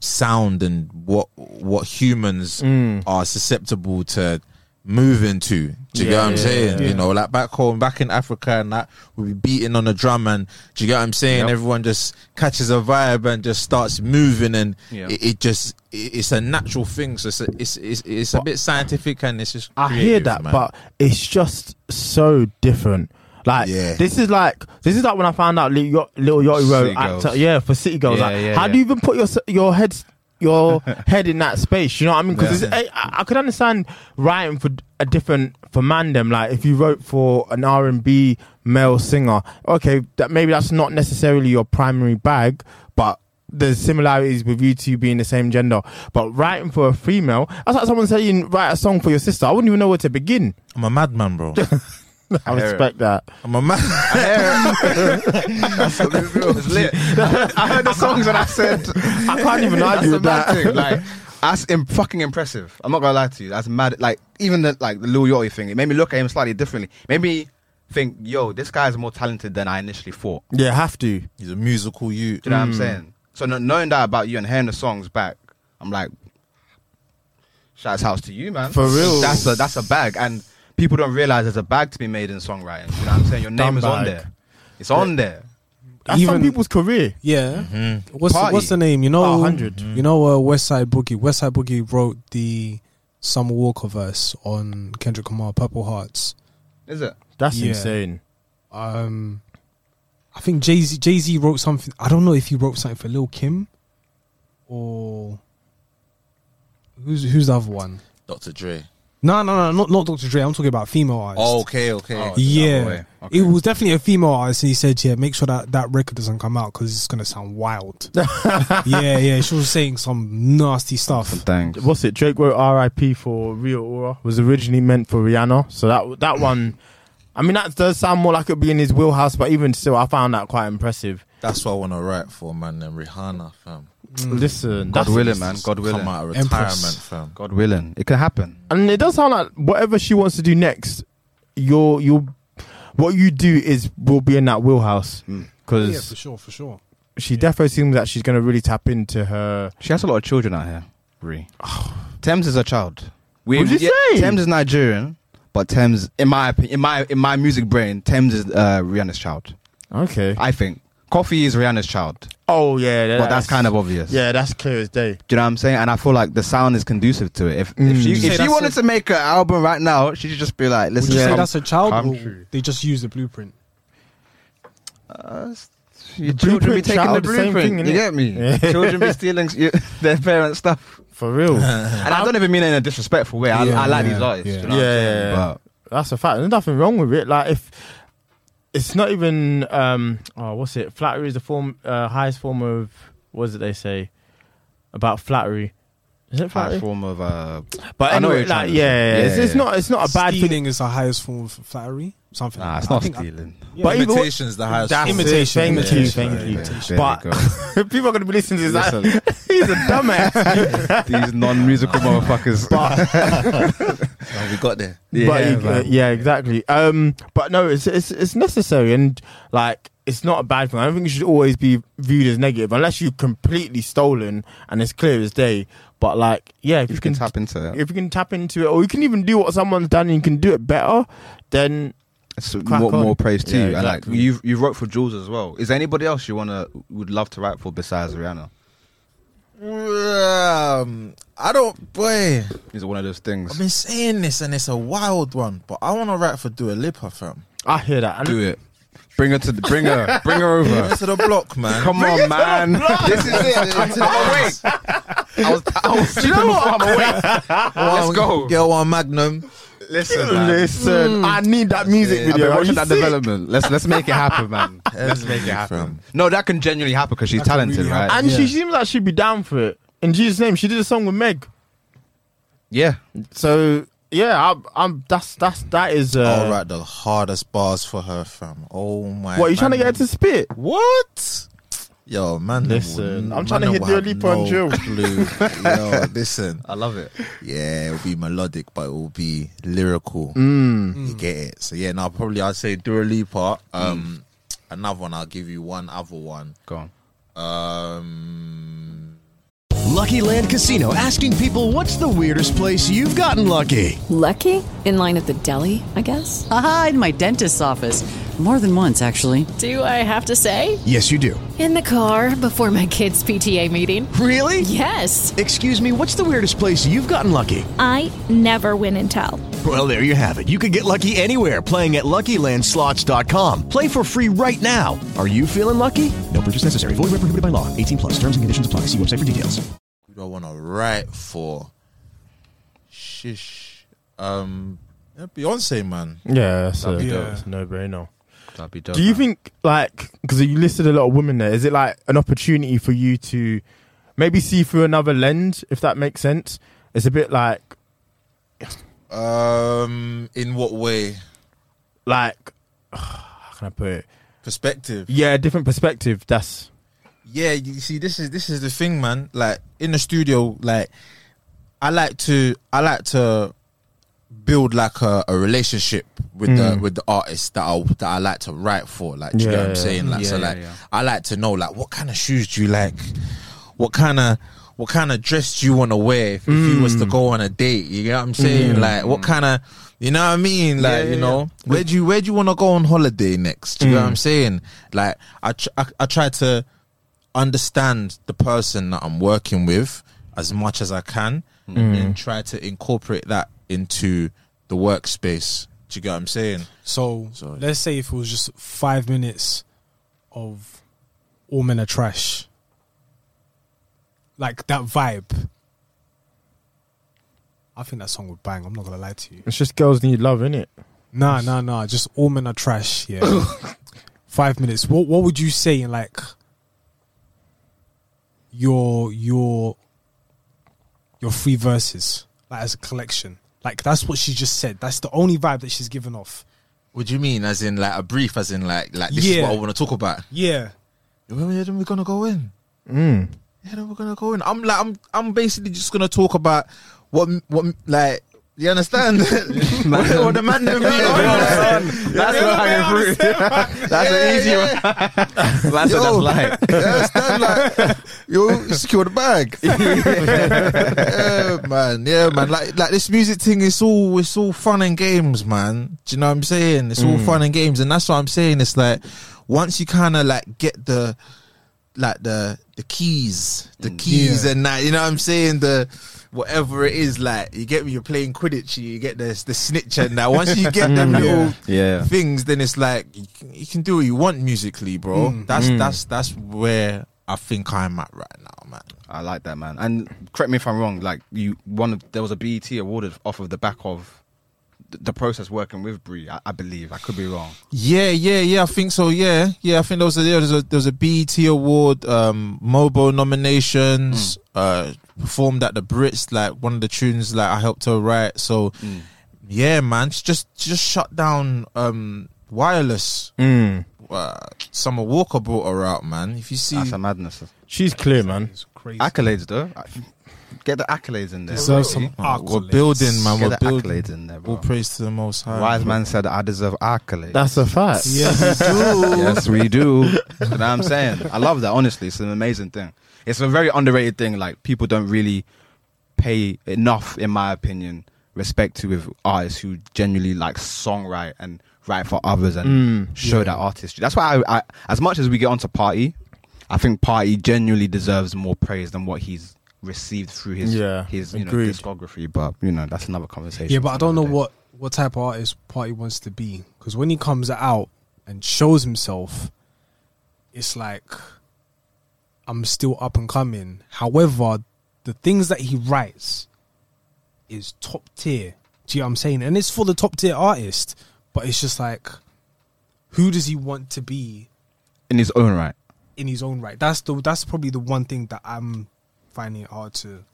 Speaker 4: sound and what what humans
Speaker 2: Mm.
Speaker 4: are susceptible to moving to. Do you get
Speaker 2: Yeah,
Speaker 4: what I'm
Speaker 2: yeah,
Speaker 4: saying?
Speaker 2: yeah.
Speaker 4: You know, like back home, back in Africa and that we be beating on the drum and do you get what I'm saying?
Speaker 3: Yep.
Speaker 4: Everyone just catches a vibe and just starts moving and
Speaker 3: Yeah.
Speaker 4: it, it just it, it's a natural thing. So it's a, it's, it's it's a bit scientific and it's just
Speaker 2: I hear
Speaker 4: creative,
Speaker 2: that,
Speaker 4: man.
Speaker 2: but it's just so different. Like
Speaker 4: Yeah.
Speaker 2: this is like this is like when I found out Lil, Yo- Lil Yachty Road
Speaker 3: City Girls.
Speaker 2: actor, yeah, for City Girls.
Speaker 3: Yeah,
Speaker 2: like,
Speaker 3: yeah,
Speaker 2: how do
Speaker 3: yeah.
Speaker 2: you even put your your head your head in that space? You know what I mean? Because I, I could understand writing for a different for Mandem. Like if you wrote for an R and B male singer, okay, that maybe that's not necessarily your primary bag, but there's similarities with you two being the same gender, but writing for a female, that's like someone saying write a song for your sister. I wouldn't even know where to begin.
Speaker 4: I'm a madman, bro.
Speaker 2: I respect that.
Speaker 4: I'm a madman.
Speaker 3: I heard the songs and I said,
Speaker 2: I can't even
Speaker 3: that's
Speaker 2: argue
Speaker 3: a
Speaker 2: with
Speaker 3: mad
Speaker 2: that.
Speaker 3: thing. Like, that's Im- fucking impressive. I'm not gonna lie to you. That's mad. Like, even the like the Lil Yachty thing, it made me look at him slightly differently. Made me think, yo, this guy's more talented than I initially thought.
Speaker 2: Yeah, have to.
Speaker 4: He's a musical you.
Speaker 3: Do you know what
Speaker 2: Hmm.
Speaker 3: I'm saying? So kn- knowing that about you and hearing the songs back, I'm like, shouts house to you, man.
Speaker 2: For real.
Speaker 3: That's a that's a bag, and people don't realize there's a bag to be made in songwriting. Do you know what I'm saying? Your name
Speaker 2: Dumb
Speaker 3: is on
Speaker 2: bag.
Speaker 3: there. It's on there.
Speaker 2: That's some
Speaker 5: Even-
Speaker 2: people's career.
Speaker 5: Yeah. What's the,
Speaker 3: Party.
Speaker 5: what's the name? You know,
Speaker 2: Mm-hmm. Oh, 100.
Speaker 5: You know, uh, West Side Boogie. West Side Boogie wrote the Summer Walker verse on Kendrick Lamar, Purple Hearts.
Speaker 3: Is it?
Speaker 2: That's
Speaker 5: Yeah.
Speaker 2: insane.
Speaker 5: Um, I think Jay Z Jay Z wrote something. I don't know if he wrote something for Lil Kim or who's who's the other one?
Speaker 4: Dr. Dre.
Speaker 5: No, no, no, not not Dr. Dre. I'm talking about female artists.
Speaker 4: Oh, okay, okay.
Speaker 5: yeah, it was definitely a female artist, and he said, "Yeah, make sure that that record doesn't come out because it's gonna sound wild." yeah, yeah, she was saying some nasty stuff.
Speaker 3: Thanks.
Speaker 2: What's it? Drake wrote "R.I.P." for Rio Ora. Was originally meant for Rihanna, so that that one. I mean, that does sound more like it'd be in his wheelhouse, but even still, I found that quite impressive.
Speaker 4: That's what I want to write for, man. Then Rihanna, fam.
Speaker 2: Listen,
Speaker 3: Mm. God
Speaker 2: that's,
Speaker 3: willing, man. God
Speaker 4: Come
Speaker 3: willing.
Speaker 4: out of
Speaker 5: Empress.
Speaker 4: retirement, fam.
Speaker 3: God willing. It could happen.
Speaker 2: and it does sound like whatever she wants to do next, your your what you do is will be in that wheelhouse
Speaker 3: Mm.
Speaker 2: because
Speaker 5: Yeah, for sure, for sure.
Speaker 2: she definitely seems that she's going to really tap into her.
Speaker 3: She has a lot of children out here. Ree. Thames is a child. We,
Speaker 2: What'd you say?
Speaker 3: Thames is Nigerian, but Thames, in my opinion, in my in my music brain, Thames is uh, Rihanna's child.
Speaker 2: Okay.
Speaker 3: I think Coffee is Rihanna's child,
Speaker 2: oh yeah, that-
Speaker 3: but that's kind of obvious.
Speaker 2: yeah, that's clear as day.
Speaker 3: Do you know what I'm saying? And I feel like the sound is conducive to it. If,
Speaker 2: Mm.
Speaker 3: if she,
Speaker 2: Would you
Speaker 5: say
Speaker 3: if she
Speaker 5: that's
Speaker 3: wanted
Speaker 5: a-
Speaker 3: to make an album right now, she should just be like,
Speaker 5: Would
Speaker 3: listen,
Speaker 5: you say
Speaker 3: um,
Speaker 5: that's a child?
Speaker 3: come
Speaker 5: or
Speaker 3: true.
Speaker 5: They just use the blueprint.
Speaker 3: your children be
Speaker 2: blueprint,
Speaker 3: taking the
Speaker 2: child, the same
Speaker 3: blueprint.
Speaker 2: thing,
Speaker 3: you
Speaker 2: innit?
Speaker 3: get me?
Speaker 2: Yeah.
Speaker 3: children be stealing s- your- their parents' stuff.
Speaker 2: For real.
Speaker 3: And I don't even mean it in a disrespectful way. I,
Speaker 5: Yeah,
Speaker 3: I like
Speaker 5: yeah,
Speaker 3: these artists. You
Speaker 5: yeah.
Speaker 3: know what I'm
Speaker 2: Yeah,
Speaker 3: saying?
Speaker 2: yeah, yeah.
Speaker 3: But
Speaker 2: That's a fact. There's nothing wrong with it. Like if it's not even um oh what's it? Flattery is the form uh, highest form of what is it they say about flattery. Is it
Speaker 3: high
Speaker 2: flattery?
Speaker 3: form of uh,
Speaker 2: But
Speaker 3: I know what
Speaker 2: anyway,
Speaker 3: you're trying
Speaker 2: like
Speaker 3: to
Speaker 2: yeah,
Speaker 3: say.
Speaker 2: yeah, it's,
Speaker 3: Yeah,
Speaker 2: it's
Speaker 3: yeah.
Speaker 2: not it's not a bad
Speaker 5: Stealing
Speaker 2: thing.
Speaker 5: is the highest form of flattery. Something.
Speaker 3: nah, it's
Speaker 5: I
Speaker 3: not
Speaker 5: think I-
Speaker 3: stealing.
Speaker 2: But even
Speaker 4: Imitation's the highest.
Speaker 2: that's
Speaker 4: form.
Speaker 2: it.
Speaker 5: Imitation,
Speaker 2: Thank you,
Speaker 5: imitation,
Speaker 2: thank you.
Speaker 3: imitation.
Speaker 2: But
Speaker 3: There
Speaker 2: people are going to be listening to this. like,
Speaker 3: Listen.
Speaker 2: He's a dumbass.
Speaker 3: These non-musical motherfuckers.
Speaker 4: No, Oh, we got there.
Speaker 2: but
Speaker 3: Yeah,
Speaker 2: you-
Speaker 3: man.
Speaker 2: yeah, exactly. Um, but no, it's it's it's necessary and like it's not a bad thing. I don't think it should always be viewed as negative unless you've completely stolen and it's clear as day. But like, yeah, if you,
Speaker 3: you can tap into that.
Speaker 2: if you can tap into it, or you can even do what someone's done and you can do it better, then
Speaker 3: It's
Speaker 2: crack
Speaker 3: more,
Speaker 2: on.
Speaker 3: more praise to
Speaker 2: Yeah,
Speaker 3: you. And like
Speaker 2: exactly.
Speaker 3: you, you wrote for Jules as well. Is there anybody else you wanna would love to write for besides Rihanna?
Speaker 4: Um, I don't, boy.
Speaker 3: Is it one of those
Speaker 4: I've
Speaker 3: things?
Speaker 4: been saying this, and it's a wild one. But I want to write for Dua Lipa, fam.
Speaker 2: I hear that. And
Speaker 3: Do it. Bring her to the, bring her, bring her over.
Speaker 4: Bring it to the block, man.
Speaker 3: Come on, man.
Speaker 4: This is it.
Speaker 3: I'm awake. I was, I was sleeping before I'm awake. Let's go.
Speaker 4: Get one Magnum.
Speaker 3: Listen, man.
Speaker 2: listen, I need that music
Speaker 4: it.
Speaker 3: I've
Speaker 2: video.
Speaker 3: been
Speaker 2: Are you
Speaker 3: watching that
Speaker 2: sick?
Speaker 3: development. Let's let's make it happen, man. Let's make it
Speaker 4: Fam.
Speaker 3: happen. No, that can genuinely happen because she's
Speaker 5: That can
Speaker 3: talented,
Speaker 5: really
Speaker 3: right?
Speaker 2: And she seems like she'd be down for it. In Jesus' name, she did a song with Meg.
Speaker 3: yeah.
Speaker 2: So yeah, I'm, I'm that's that's that is. Uh,
Speaker 4: I'll write the hardest bars for her, fam. Oh my.
Speaker 2: What you trying to get her
Speaker 4: man.
Speaker 2: to spit?
Speaker 4: What? Yo, man.
Speaker 2: Listen,
Speaker 4: will-
Speaker 2: I'm trying to
Speaker 4: man
Speaker 2: hit
Speaker 4: will
Speaker 2: Dua
Speaker 4: have
Speaker 2: Lipa and
Speaker 4: no
Speaker 2: Jill.
Speaker 4: clue. Yo, listen.
Speaker 3: I love it.
Speaker 4: Yeah, it'll be melodic, but it will be lyrical.
Speaker 3: Mm.
Speaker 4: You get it. So yeah, now probably I'd say Dua Lipa.
Speaker 3: Mm.
Speaker 4: Um, another one. I'll give you one other one.
Speaker 3: Go on.
Speaker 4: Um,
Speaker 9: Lucky Land Casino asking people what's the weirdest place you've gotten lucky?
Speaker 10: Lucky? In line at the deli, I guess?
Speaker 11: Aha, in my dentist's office. More than once, actually.
Speaker 10: Do I have to say?
Speaker 9: Yes, you do.
Speaker 10: In the car before my kids' PTA meeting.
Speaker 9: Really?
Speaker 10: Yes.
Speaker 9: Excuse me, what's the weirdest place you've gotten lucky?
Speaker 11: I never win and tell.
Speaker 9: Well, there you have it. You can get lucky anywhere playing at LuckyLandSlots.com. Play for free right now. Are you feeling lucky? No purchase necessary. Void where prohibited by law. 18 plus. Terms and conditions apply. See website for details.
Speaker 4: who do I want to write for? Shish. Um, yeah, Beyonce, man.
Speaker 2: Yeah, that's a,
Speaker 5: be dope.
Speaker 2: that's a no-brainer.
Speaker 3: That'd be dope.
Speaker 2: Do you
Speaker 3: man.
Speaker 2: think, like, because you listed a lot of women there, is it like an opportunity for you to maybe see through another lens, if that makes sense? It's a bit like,
Speaker 4: Um, in what way?
Speaker 2: like, how can I put it?
Speaker 4: Perspective.
Speaker 2: Yeah, different perspective. That's
Speaker 4: Yeah, you see, this is this is the thing, man. Like in the studio, like I like to I like to build like a, a relationship with the with the artist that I that I like to write for. Like, do you know what I'm
Speaker 2: Yeah.
Speaker 4: saying? Like, so
Speaker 3: Yeah,
Speaker 4: like
Speaker 3: yeah, yeah.
Speaker 4: I like to know like what kind of shoes do you like? What kind of what kind of dress do you want to wear if, if you was
Speaker 3: Mm.
Speaker 4: to go on a date? You get what I'm saying? Like, what kind of you know what I mean? Like, you know, where do you where do you want to go on holiday next? Do you
Speaker 3: Mm.
Speaker 4: know what I'm saying? Like, I, tr- I I try to understand the person that I'm working with as much as I can and
Speaker 3: Mm.
Speaker 4: then try to incorporate that into the workspace. Do you get what I'm saying?
Speaker 5: So, let's say if it was just five minutes of all men are trash, like that vibe. I think that song would bang. I'm not gonna lie to you.
Speaker 2: It's just girls need love, innit?
Speaker 5: Nah, nah, nah. Just all men are trash. Yeah. Five minutes. What What would you say in like your your your three verses like as a collection? Like that's what she just said. That's the only vibe that she's given off.
Speaker 4: What do you mean? As in, like a brief? As in, like, like this is
Speaker 5: Yeah.
Speaker 4: what I want to talk about.
Speaker 5: Yeah.
Speaker 4: Then we- then we're gonna go in. Yeah, then we're gonna go in. I'm like, I'm, I'm basically just gonna talk about what, what, like, you understand? what, what the man them be on.
Speaker 3: That's the hanging fruit. That's
Speaker 4: Yeah,
Speaker 3: an easy
Speaker 4: yeah.
Speaker 3: one. That's
Speaker 4: Yo.
Speaker 3: what that's like.
Speaker 4: You understand? Like, yo, secure the bag. yeah, man. Yeah, man. Like, like this music thing. It's all, it's all fun and games, man. Do you know what I'm saying? It's all
Speaker 2: Mm.
Speaker 4: fun and games, and that's what I'm saying. It's like once you kind of like get the, like the the keys, the
Speaker 3: Mm,
Speaker 4: keys, and that. You know what I'm saying? The whatever it is, like you get me. You're playing Quidditch. You get the the snitch and that. Once you get them
Speaker 2: Mm.
Speaker 4: little
Speaker 3: Yeah.
Speaker 4: things, then it's like you can, you can do what you want musically, bro.
Speaker 3: Mm.
Speaker 4: That's
Speaker 3: Mm.
Speaker 4: that's that's where I think I'm at right now, man.
Speaker 3: I like that man. And correct me if I'm wrong. Like you, one of there was a BET awarded off of the back of th- the process working with Brie. I, I believe I could be wrong.
Speaker 4: Yeah, yeah, yeah. I think so. Yeah, yeah. I think there was a there was a, there was a BET award, um, Mobo
Speaker 3: Mm.
Speaker 4: nominations. Uh, performed at the Brits, like one of the tunes like I helped her write. So,
Speaker 3: Mm.
Speaker 4: yeah, man, it's just just shut down. Um, wireless.
Speaker 2: Mm.
Speaker 4: Uh, Summer Walker brought her out, man. If you see,
Speaker 3: That's a madness.
Speaker 2: She's clear, man.
Speaker 3: Accolades though. I- Get the accolades in there.
Speaker 2: Deserve some
Speaker 3: Really?
Speaker 4: we're building, man.
Speaker 3: Get
Speaker 4: We're
Speaker 3: the
Speaker 4: building.
Speaker 3: accolades in there. Bro.
Speaker 4: All praise to the Most High.
Speaker 3: Wise
Speaker 4: bro.
Speaker 3: man said, "I deserve accolades."
Speaker 2: That's a fact.
Speaker 4: Yes, you do.
Speaker 3: yes, we do. you know what I'm saying? I love that. Honestly, it's an amazing thing. It's a very underrated thing. Like people don't really pay enough, in my opinion, respect to with artists who genuinely like songwrite and write for others and
Speaker 2: Mm.
Speaker 3: show that artistry. That's why I, I, as much as we get onto Party, I think Party genuinely deserves more praise than what he's received through his
Speaker 2: Yeah,
Speaker 3: his you know,
Speaker 2: agreed.
Speaker 3: discography. But you know, that's another conversation.
Speaker 5: Yeah, but I don't know
Speaker 3: Another day.
Speaker 5: what what type of artist Party wants to be because when he comes out and shows himself, it's like I'm still up and coming. However, the things that he writes is top tier. Do you know what I'm saying? And it's for the top tier artist, but it's just like, who does he want to be
Speaker 3: in his own right.
Speaker 5: in his own right? That's the that's probably the one thing that I'm finding it hard to.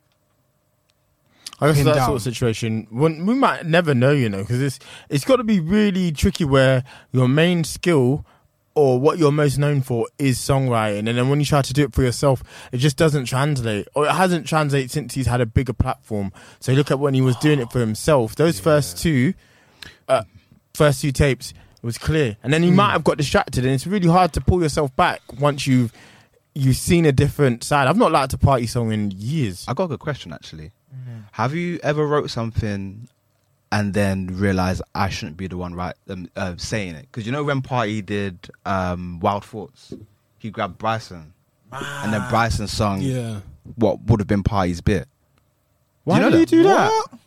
Speaker 2: I guess
Speaker 5: Pinned
Speaker 2: that
Speaker 5: down.
Speaker 2: sort of situation, when, we might never know, you know, because it's it's got to be really tricky where your main skill or what you're most known for is songwriting, and then when you try to do it for yourself, it just doesn't translate, or it hasn't translated since he's had a bigger platform. So look at when he was doing it for himself; those first two, uh, first two tapes was clear, and then you
Speaker 3: Hmm.
Speaker 2: might have got distracted, and it's really hard to pull yourself back once you've you've seen a different side. I've not liked a party song in years.
Speaker 3: I got a good question actually.
Speaker 2: Mm-hmm.
Speaker 3: Have you ever wrote something and then realized I shouldn't be the one right um, uh, saying it? Because you know when Party did um, Wild Thoughts, he grabbed Bryson, and
Speaker 2: Ah.
Speaker 3: then Bryson sung
Speaker 5: Yeah.
Speaker 3: what would have been Party's bit.
Speaker 2: Why
Speaker 3: you know
Speaker 2: did
Speaker 3: that?
Speaker 2: he do that?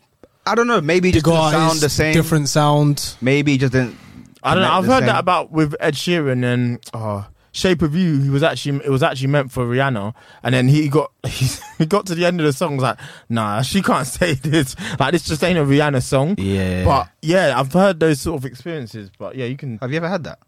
Speaker 3: I don't know. Maybe it just
Speaker 5: Bigger
Speaker 3: didn't sound
Speaker 5: artist,
Speaker 3: the same.
Speaker 5: different sound.
Speaker 3: Maybe it just didn't.
Speaker 2: I don't know.
Speaker 3: connect
Speaker 2: I've
Speaker 3: the
Speaker 2: heard
Speaker 3: same.
Speaker 2: that about with Ed Sheeran and uh, Shape of You. He was actually it was actually meant for Rihanna, and then he got he got to the end of the song was like, nah, she can't say this. Like this just ain't a Rihanna song.
Speaker 3: Yeah.
Speaker 2: But yeah, I've heard those sort of experiences. But yeah, you can.
Speaker 3: have you ever had that?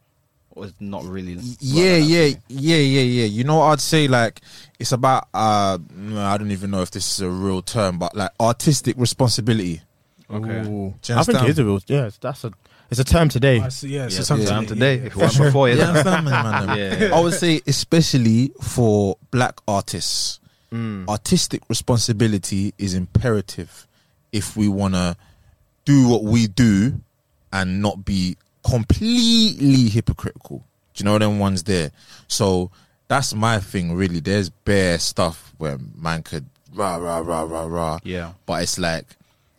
Speaker 3: Or it's not really.
Speaker 4: yeah, yeah, yeah, yeah, yeah. You know, what I'd say like it's about uh, no, I don't even know if this is a real term, but like artistic responsibility.
Speaker 3: Okay.
Speaker 2: Ooh.
Speaker 4: Do you
Speaker 2: I think it
Speaker 4: understand?
Speaker 2: is a real. Yeah, it's- that's a it's a term today.
Speaker 5: I see, yeah, so
Speaker 3: Yeah,
Speaker 5: something-
Speaker 3: time today.
Speaker 5: yeah.
Speaker 3: If it weren't before,
Speaker 4: You
Speaker 3: yeah.
Speaker 4: understand me, man?
Speaker 3: Yeah.
Speaker 4: I would say especially for black artists,
Speaker 2: Mm.
Speaker 4: artistic responsibility is imperative if we want to do what we do and not be completely hypocritical. Do you know them ones there? So that's my thing, really. There's bare stuff where man could rah rah rah rah rah.
Speaker 3: Yeah.
Speaker 4: but it's like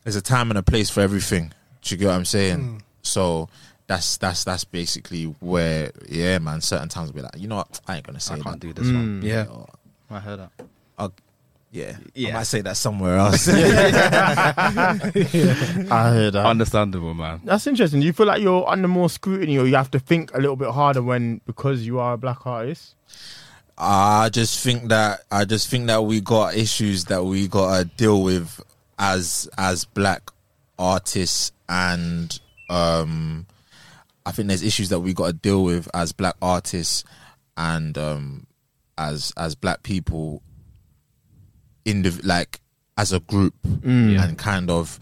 Speaker 4: there's a time and a place for everything. Do you get what I'm saying? So. That's that's that's basically where yeah man certain times I'll be like you know what I ain't gonna say
Speaker 3: I
Speaker 4: that
Speaker 3: can't do this one.
Speaker 2: Mm.
Speaker 3: Yeah,
Speaker 4: Or-
Speaker 3: I heard that.
Speaker 4: I'll- Yeah.
Speaker 3: Yeah.
Speaker 4: I might say that somewhere else.
Speaker 2: I hear that.
Speaker 3: Understandable, man.
Speaker 2: That's interesting. Do you feel like you're under more scrutiny or you have to think a little bit harder when because you are a black artist?
Speaker 4: I just think that I just think that we got issues that we gotta deal with as as black artists and um I think there's issues that we gotta deal with as black artists and um as as black people indiv- like as a group
Speaker 2: Mm.
Speaker 4: and kind of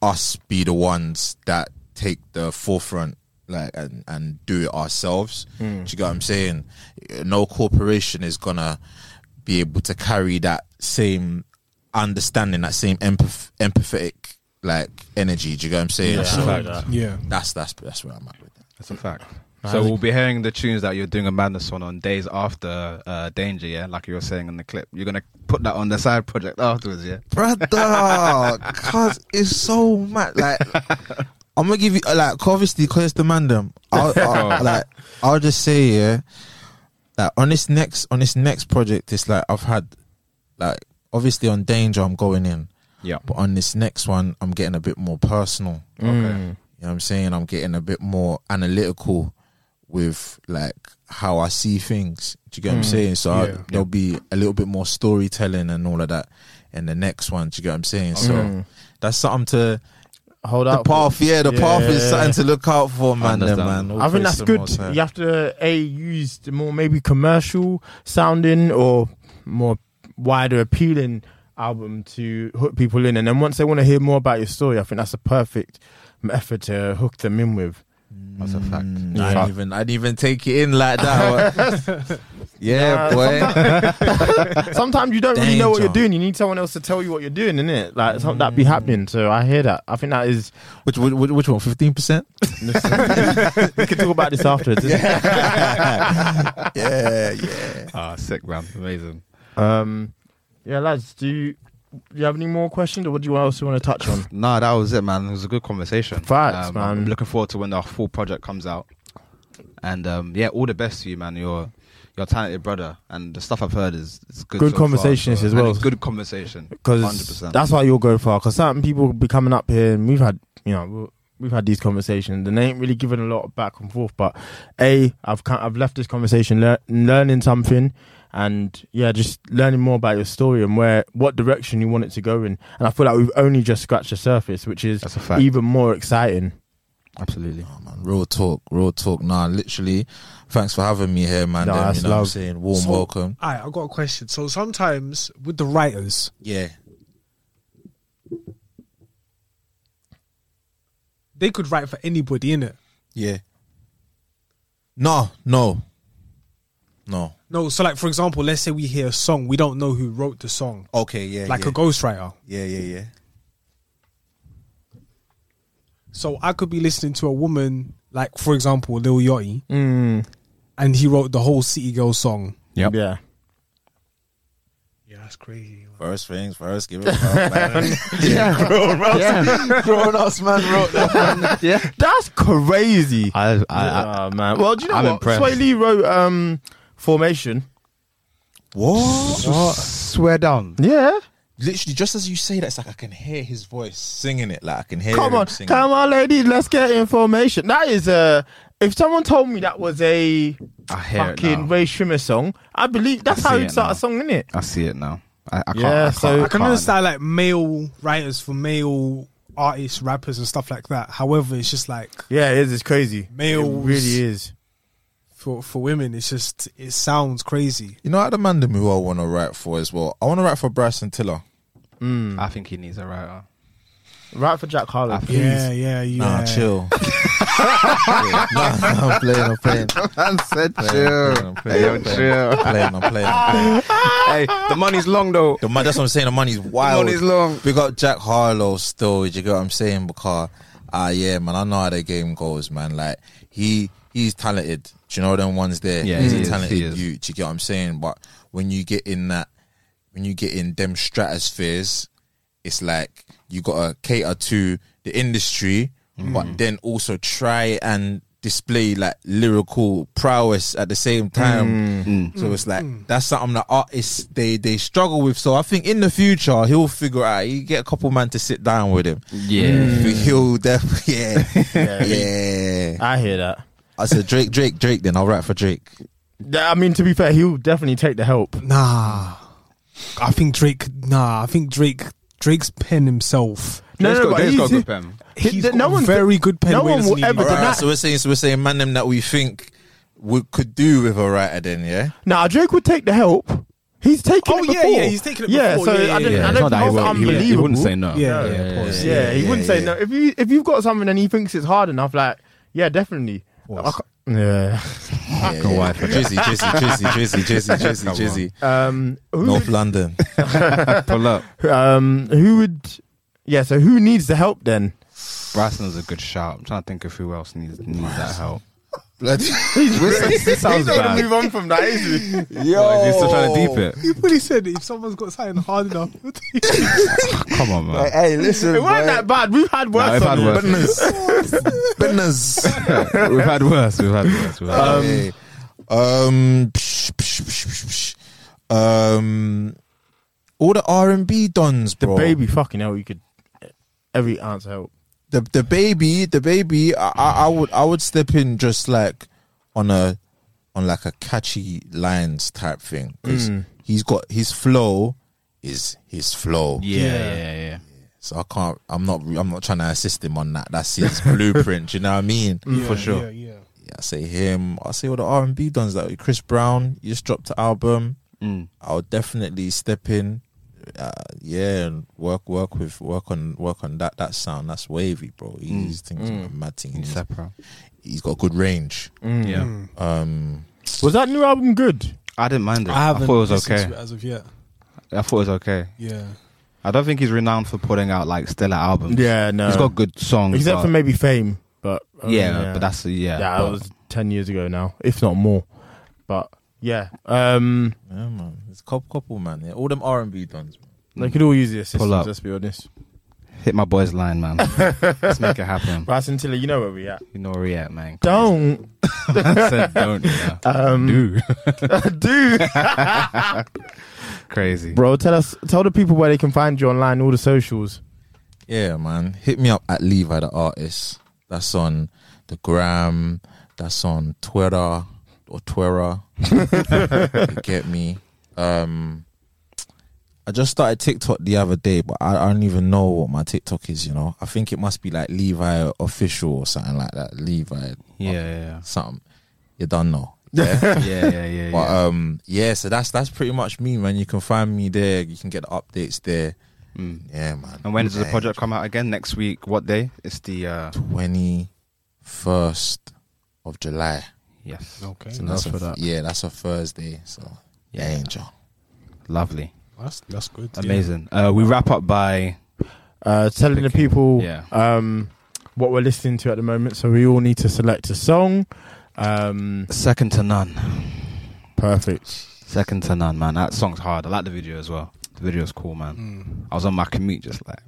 Speaker 4: us be the ones that take the forefront like and, and do it ourselves
Speaker 8: Mm.
Speaker 4: do you get what i'm saying no corporation is gonna be able to carry that same understanding that same empath- empathetic like energy do you get what i'm saying
Speaker 3: Yeah, That's a
Speaker 4: So-
Speaker 3: fact. Yeah.
Speaker 4: that's that's that's where i'm at with that
Speaker 3: that's a fact
Speaker 4: I
Speaker 3: So
Speaker 4: think-
Speaker 3: we'll be hearing the tunes that you're doing a madness on on days after uh, Danger, yeah, like you were saying in the clip. You're gonna put that on the side project afterwards, yeah.
Speaker 4: brother, cause it's so mad. Like, I'm gonna give you uh, like 'cause obviously cause it's the mandem. I'll, I'll- like, I'll just say yeah, like on this next on this next project, it's like I've had like obviously on danger, I'm going in.
Speaker 3: Yeah.
Speaker 4: But on this next one, I'm getting a bit more personal.
Speaker 3: Okay. Mm.
Speaker 4: You know what I'm saying? I'm getting a bit more analytical with like how I see things. Do you get what I'm
Speaker 8: Mm.
Speaker 4: saying? So I-
Speaker 8: Yeah.
Speaker 4: there'll be a little bit more storytelling and all of that in the next one. Do you get what I'm saying? So
Speaker 2: Mm.
Speaker 4: that's something to
Speaker 2: hold
Speaker 4: The
Speaker 2: out for.
Speaker 4: path, yeah, the path is
Speaker 2: Yeah.
Speaker 4: something to look out for, man. Then, man,
Speaker 2: I think that's good. You have to a use the more maybe commercial sounding or more wider appealing album to hook people in, and then once they want to hear more about your story, I think that's a perfect method to hook them in with.
Speaker 4: That's a fact. I
Speaker 2: Yeah.
Speaker 4: didn't even, I didn't even take it in like that. yeah,
Speaker 2: Nah,
Speaker 4: boy.
Speaker 2: sometimes, sometimes you don't really know what you're
Speaker 4: Danger.
Speaker 2: doing. You need someone else to tell you what you're doing, innit? Like something that be happening. So I hear that. I think that is
Speaker 4: which which, which one? Fifteen percent.
Speaker 2: we can talk about this afterwards. isn't it?
Speaker 3: yeah,
Speaker 4: yeah.
Speaker 3: Ah, sick man, amazing.
Speaker 2: Um, yeah, lads, do you, do you have any more questions, or what do you else you want to touch on?
Speaker 3: Nah, that was it, man. It was a good conversation.
Speaker 2: Facts,
Speaker 3: Um,
Speaker 2: man.
Speaker 3: I'm looking forward to when the full project comes out. And um, yeah, all the best to you, man. You're you're a talented brother, and the stuff I've heard is, is good.
Speaker 2: Good
Speaker 3: so far,
Speaker 2: conversations
Speaker 3: so-
Speaker 2: as
Speaker 3: and
Speaker 2: well.
Speaker 3: it's Good conversation, hundred
Speaker 2: because
Speaker 3: percent.
Speaker 2: that's why you'll go far. Because certain people will be coming up here, and we've had you know we'll- we've had these conversations, and they ain't really given a lot of back and forth. But a, I've kind I've left this conversation lear- learning something, and yeah, just learning more about your story and where what direction you want it to go in. And I feel like we've only just scratched the surface, which is
Speaker 4: fact.
Speaker 2: even more exciting.
Speaker 3: Absolutely,
Speaker 4: man. Real talk, real talk. Nah, literally. Thanks for having me here, man.
Speaker 2: Nah,
Speaker 4: Them,
Speaker 2: that's
Speaker 4: you know what I'm
Speaker 2: love.
Speaker 4: saying? Warm
Speaker 5: So-
Speaker 4: welcome.
Speaker 5: All right, I got a question. So sometimes with the writers,
Speaker 4: yeah,
Speaker 5: they could write for anybody, innit?
Speaker 4: Yeah. No, no, no.
Speaker 5: No, so like for example, let's say we hear a song, we don't know who wrote the song.
Speaker 4: Okay, yeah,
Speaker 5: like
Speaker 4: yeah.
Speaker 5: a ghostwriter.
Speaker 4: Yeah, yeah, yeah.
Speaker 5: So I could be listening to a woman, like for example, Lil Yachty,
Speaker 2: Mm.
Speaker 5: and he wrote the whole City Girl song.
Speaker 3: Yep.
Speaker 2: Yeah.
Speaker 5: Yeah, that's crazy.
Speaker 4: First things first, give it up, man. yeah, grown ups,
Speaker 2: Yeah.
Speaker 4: grown ups, man, wrote that. Man.
Speaker 3: yeah,
Speaker 2: that's crazy.
Speaker 3: I,
Speaker 2: I, man. Well, do you know
Speaker 3: I'm
Speaker 2: what?
Speaker 3: impressed.
Speaker 2: Sway Lee wrote um, Formation.
Speaker 4: What?
Speaker 3: Swear down.
Speaker 2: Yeah.
Speaker 4: Literally, just as you say that, it's like I can hear his voice singing it. Like I can hear
Speaker 2: Come
Speaker 4: him
Speaker 2: on,
Speaker 4: singing.
Speaker 2: come on, ladies, let's get information. That is a. If someone told me that was a
Speaker 3: hear it
Speaker 2: fucking
Speaker 3: now.
Speaker 2: Ray Shimmer song, I believe that's
Speaker 3: I
Speaker 2: how
Speaker 3: see it
Speaker 2: you'd start
Speaker 3: now.
Speaker 2: a song, innit?
Speaker 3: I see it now. I, I can't.
Speaker 2: Yeah,
Speaker 3: I can't,
Speaker 2: so-
Speaker 3: I
Speaker 5: I can
Speaker 3: can't.
Speaker 5: understand like male writers for male artists, rappers, and stuff like that. However, it's just like
Speaker 2: Yeah, it is. It's crazy.
Speaker 5: Males.
Speaker 2: It really is.
Speaker 5: for for women, it's just it sounds crazy.
Speaker 4: You know, at the Mandem who I want to write for as well. I want to write for Bryson Tiller.
Speaker 2: Hmm.
Speaker 3: I think he needs a writer.
Speaker 2: Right for Jack Harlow.
Speaker 3: think-
Speaker 5: Yeah, yeah, yeah.
Speaker 4: Nah, chill. Yeah, nah, nah, I'm playing. I'm playing.
Speaker 3: Man said
Speaker 4: chill. Hey, yo, chill. Playing. I'm playing. I'm playing.
Speaker 3: hey, the money's long though.
Speaker 4: The money, that's what I'm saying. The money's wild.
Speaker 3: money's long.
Speaker 4: Big up Jack Harlow still. You get what I'm saying? Because ah, yeah, man, I know how the game goes, man. Like he he's talented. Do you know them ones there?
Speaker 3: Yeah,
Speaker 4: he's
Speaker 3: he
Speaker 4: a
Speaker 3: is,
Speaker 4: talented
Speaker 3: he is.
Speaker 4: youth. Do you get what I'm saying? But when you get in that, when you get in them stratospheres, it's like you gotta cater to the industry, but then also try and display like lyrical prowess at the same time. So it's like that's something that artists they they struggle with. So I think in the future he'll figure out. He get a couple man to sit down with him.
Speaker 3: Yeah.
Speaker 2: Hmm.
Speaker 4: he'll definitely. Yeah, yeah.
Speaker 2: I hear that.
Speaker 4: I said Drake, Drake, Drake. Then I'll rap for Drake.
Speaker 2: I mean, to be fair, he'll definitely take the help.
Speaker 5: Nah, I think Drake. Nah, I think Drake. Drake's pen himself.
Speaker 2: No,
Speaker 3: Drake's got-
Speaker 2: no, but
Speaker 3: Drake's got
Speaker 2: he's-
Speaker 3: good pen.
Speaker 5: He's
Speaker 2: He-
Speaker 5: got
Speaker 2: no one's-
Speaker 5: very good pen.
Speaker 2: no
Speaker 5: where he
Speaker 2: one
Speaker 5: doesn't
Speaker 2: will
Speaker 5: need
Speaker 2: ever
Speaker 5: it.
Speaker 4: All right,
Speaker 2: deny-
Speaker 4: so we're saying so we're saying man them that we think we could do with a writer then, yeah.
Speaker 2: Nah, Drake would take the help. He's taken
Speaker 5: Oh,
Speaker 2: it
Speaker 5: yeah,
Speaker 2: before.
Speaker 5: yeah, he's taken it
Speaker 2: Yeah,
Speaker 5: before.
Speaker 2: so
Speaker 5: Yeah,
Speaker 2: I
Speaker 5: yeah,
Speaker 2: don't,
Speaker 5: yeah.
Speaker 2: I
Speaker 3: It's
Speaker 2: don't
Speaker 3: not that he
Speaker 2: think that's
Speaker 3: won't- he wouldn't-
Speaker 2: unbelievable.
Speaker 3: he wouldn't say no.
Speaker 5: Yeah,
Speaker 2: Yeah,
Speaker 5: yeah,
Speaker 2: yeah,
Speaker 5: of course.
Speaker 2: yeah, he
Speaker 4: yeah,
Speaker 2: wouldn't say no. If you if you've got something and he thinks it's hard enough, like yeah, definitely. I ca- Yeah.
Speaker 4: yeah, yeah. Drizzy, Drizzy, Drizzy, Drizzy, Drizzy, Drizzy, Drizzy.
Speaker 2: Um. Who
Speaker 4: North London.
Speaker 3: Pull up.
Speaker 2: would, um. Who would? Yeah. So who needs the help then?
Speaker 3: Bryson's a good shout. I'm trying to think of who else needs needs that help.
Speaker 4: Bloody
Speaker 3: this sounds bad.
Speaker 2: Move on from that, is he?
Speaker 3: Yo, he's still trying to deep it.
Speaker 5: He really said if someone's got something hard enough,
Speaker 3: Come on, man.
Speaker 4: Hey, listen.
Speaker 2: It wasn't that bad. We've had
Speaker 3: Nah,
Speaker 2: worse.
Speaker 3: we've
Speaker 2: on
Speaker 3: had
Speaker 2: it.
Speaker 3: worse.
Speaker 4: Business.
Speaker 3: we've had worse. We've had worse. We've had worse.
Speaker 4: Um, um, psh, psh, psh, psh, psh. um, all the R and B dons,
Speaker 2: The
Speaker 4: bro.
Speaker 2: baby, fucking hell, you could every answer help.
Speaker 4: the the baby, the baby. I, I, I would I would step in just like on a on like a catchy lines type thing. 'Cause
Speaker 5: Mm.
Speaker 4: He's got his flow is his flow.
Speaker 3: Yeah, yeah, yeah. yeah.
Speaker 4: So I can't. I'm not. I'm not trying to assist him on that. That's his blueprint. You know what I mean?
Speaker 5: for sure. Yeah, yeah.
Speaker 4: Yeah, I say him. I say all the R and B dons like Chris Brown. You just dropped the album. I'll definitely step in. Uh, yeah, and work, work with, work on, work on that. That sound. That's wavy, bro. He's things are mad thing. He's,
Speaker 3: Separate.
Speaker 4: he's got good range.
Speaker 3: Yeah.
Speaker 4: Um,
Speaker 2: Was that new album good?
Speaker 3: I didn't mind it.
Speaker 5: I
Speaker 3: I,
Speaker 5: haven't
Speaker 3: thought it was
Speaker 5: listened
Speaker 3: okay.
Speaker 5: to it as of yet.
Speaker 3: I thought it was okay.
Speaker 5: Yeah,
Speaker 3: I don't think he's renowned for putting out like stellar albums.
Speaker 2: Yeah, no.
Speaker 3: He's got good songs.
Speaker 2: Except
Speaker 3: but-
Speaker 2: for maybe Fame, but um,
Speaker 3: yeah, but that's yeah.
Speaker 2: yeah,
Speaker 3: but-
Speaker 2: that was ten years ago now, if not more. But yeah, um,
Speaker 4: yeah, man. It's couple, couple, man. Yeah, all them R and B dons. Man.
Speaker 2: they could all use the assistance.
Speaker 3: Pull up.
Speaker 2: Let's be honest.
Speaker 3: hit my boy's line, man. Let's make it happen.
Speaker 2: Right, Scintilla, you know where we at.
Speaker 3: You know where we at, man.
Speaker 2: Don't
Speaker 3: I said don't. Yeah. Um, Do
Speaker 2: do,
Speaker 3: crazy.
Speaker 2: bro. Tell us, tell the people where they can find you online, all the socials.
Speaker 4: Yeah, man. Hit me up at Levi the Artist. That's on the gram. That's on Twitter or Twitter. you get me. Um, I just started TikTok the other day, but I, I don't even know what my TikTok is. You know, I think it must be like Levi official or something like that. Levi,
Speaker 3: Yeah, yeah,
Speaker 4: something. You don't know. Yeah.
Speaker 3: yeah, yeah, yeah. yeah,
Speaker 4: But
Speaker 3: yeah.
Speaker 4: um, yeah, so that's that's pretty much me, man. You can find me there. You can get the updates there. Yeah, man.
Speaker 3: Hmm. and when does the
Speaker 4: Yeah.
Speaker 3: project come out again? Next week? What day? It's the uh,
Speaker 4: twenty first of July.
Speaker 3: yes.
Speaker 5: okay.
Speaker 4: So that's a, Yeah, that's a Thursday. So yeah, angel.
Speaker 3: Lovely,
Speaker 5: That's that's good. Yeah.
Speaker 3: amazing. Uh, we wrap up by
Speaker 2: Uh, telling the people
Speaker 3: Yeah.
Speaker 2: um, what we're listening to at the moment. So we all need to select a song. Um,
Speaker 3: second to none.
Speaker 2: perfect.
Speaker 3: Second to none, man. That song's hard. I like the video as well. The video's cool, man. I was on my commute, just like,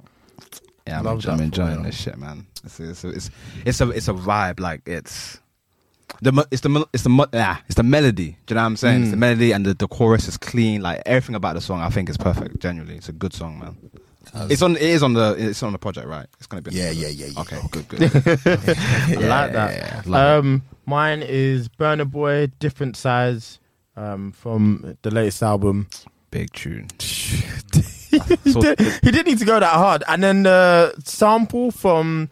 Speaker 3: yeah, I'm,
Speaker 2: Mm. Love
Speaker 3: enjoy- I'm
Speaker 2: that for
Speaker 3: enjoying
Speaker 2: real.
Speaker 3: this shit, man. It's it's it's it's a it's a vibe. Like it's the mo- it's the mo- it's the mo- ah, it's the melody. Do you know what I'm saying?
Speaker 2: Mm.
Speaker 3: It's the melody and the, the chorus is clean. Like everything about the song, I think is perfect. Genuinely, it's a good song, man. It's on. It is on the. It's on the project, right? It's gonna be. on the
Speaker 4: Yeah,
Speaker 3: project.
Speaker 4: yeah, yeah, yeah.
Speaker 3: Okay, good, good. good.
Speaker 2: I like that.
Speaker 3: Yeah, love
Speaker 2: Um, mine is Burner Boy, different size um, from the latest album.
Speaker 3: it. big tune.
Speaker 2: he, did, he didn't need to go that hard. And then the sample from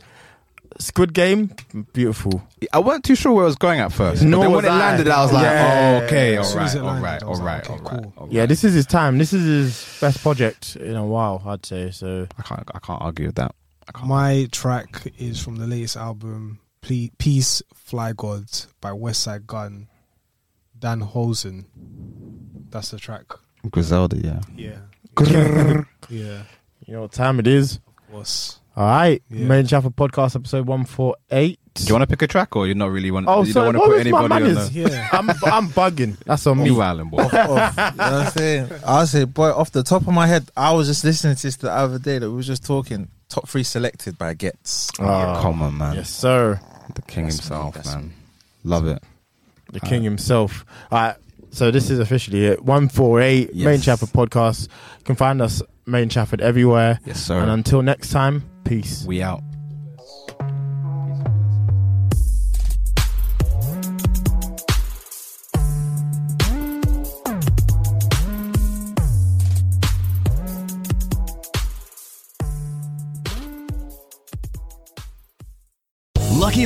Speaker 2: Squid Game, beautiful.
Speaker 3: I weren't too sure where I was going at first.
Speaker 2: Nor
Speaker 3: but then
Speaker 2: was
Speaker 3: when it
Speaker 2: I.
Speaker 3: landed, I was like,
Speaker 2: Yeah.
Speaker 3: oh, okay,
Speaker 2: As
Speaker 3: all
Speaker 5: soon
Speaker 3: right,
Speaker 5: as it
Speaker 3: all
Speaker 5: landed,
Speaker 3: right,
Speaker 5: I
Speaker 3: all
Speaker 5: was like,
Speaker 3: right, all
Speaker 5: okay,
Speaker 3: right,
Speaker 5: cool.
Speaker 3: all right.
Speaker 2: Yeah, this is his time. This is his best project in a while, I'd say. So
Speaker 3: I can't, I can't argue with that. I can't.
Speaker 5: My track is from the latest album, Ple- "Peace Fly God" by Westside Gun, Dan Holzen. That's the track.
Speaker 3: Griselda, yeah.
Speaker 5: Yeah, yeah,
Speaker 2: you know what time it is.
Speaker 5: was
Speaker 2: All right,
Speaker 5: Yeah.
Speaker 2: Main Chapel Podcast, episode one four eight.
Speaker 3: Do you want to pick a track or you not really want?
Speaker 2: Oh,
Speaker 3: you
Speaker 2: sorry,
Speaker 3: don't
Speaker 2: what
Speaker 3: want to put
Speaker 2: was my
Speaker 3: anybody on
Speaker 2: manners?
Speaker 3: the Oh,
Speaker 5: yeah.
Speaker 2: I'm I'm bugging. That's on me.
Speaker 3: New Island boy.
Speaker 4: I say, I say, boy, off the top of my head, I was just listening to this the other day that we were just talking. Top three selected by Gets.
Speaker 3: Oh, come on, man,
Speaker 2: Yes, sir.
Speaker 3: the king himself, man. Love it.
Speaker 2: The king himself. Uh, so this is officially it. 148 Main
Speaker 3: Yes.
Speaker 2: Chafford podcast. You can find us Main Chafford everywhere.
Speaker 3: Yes, sir.
Speaker 2: And until next time, peace.
Speaker 3: We out.
Speaker 12: Lucky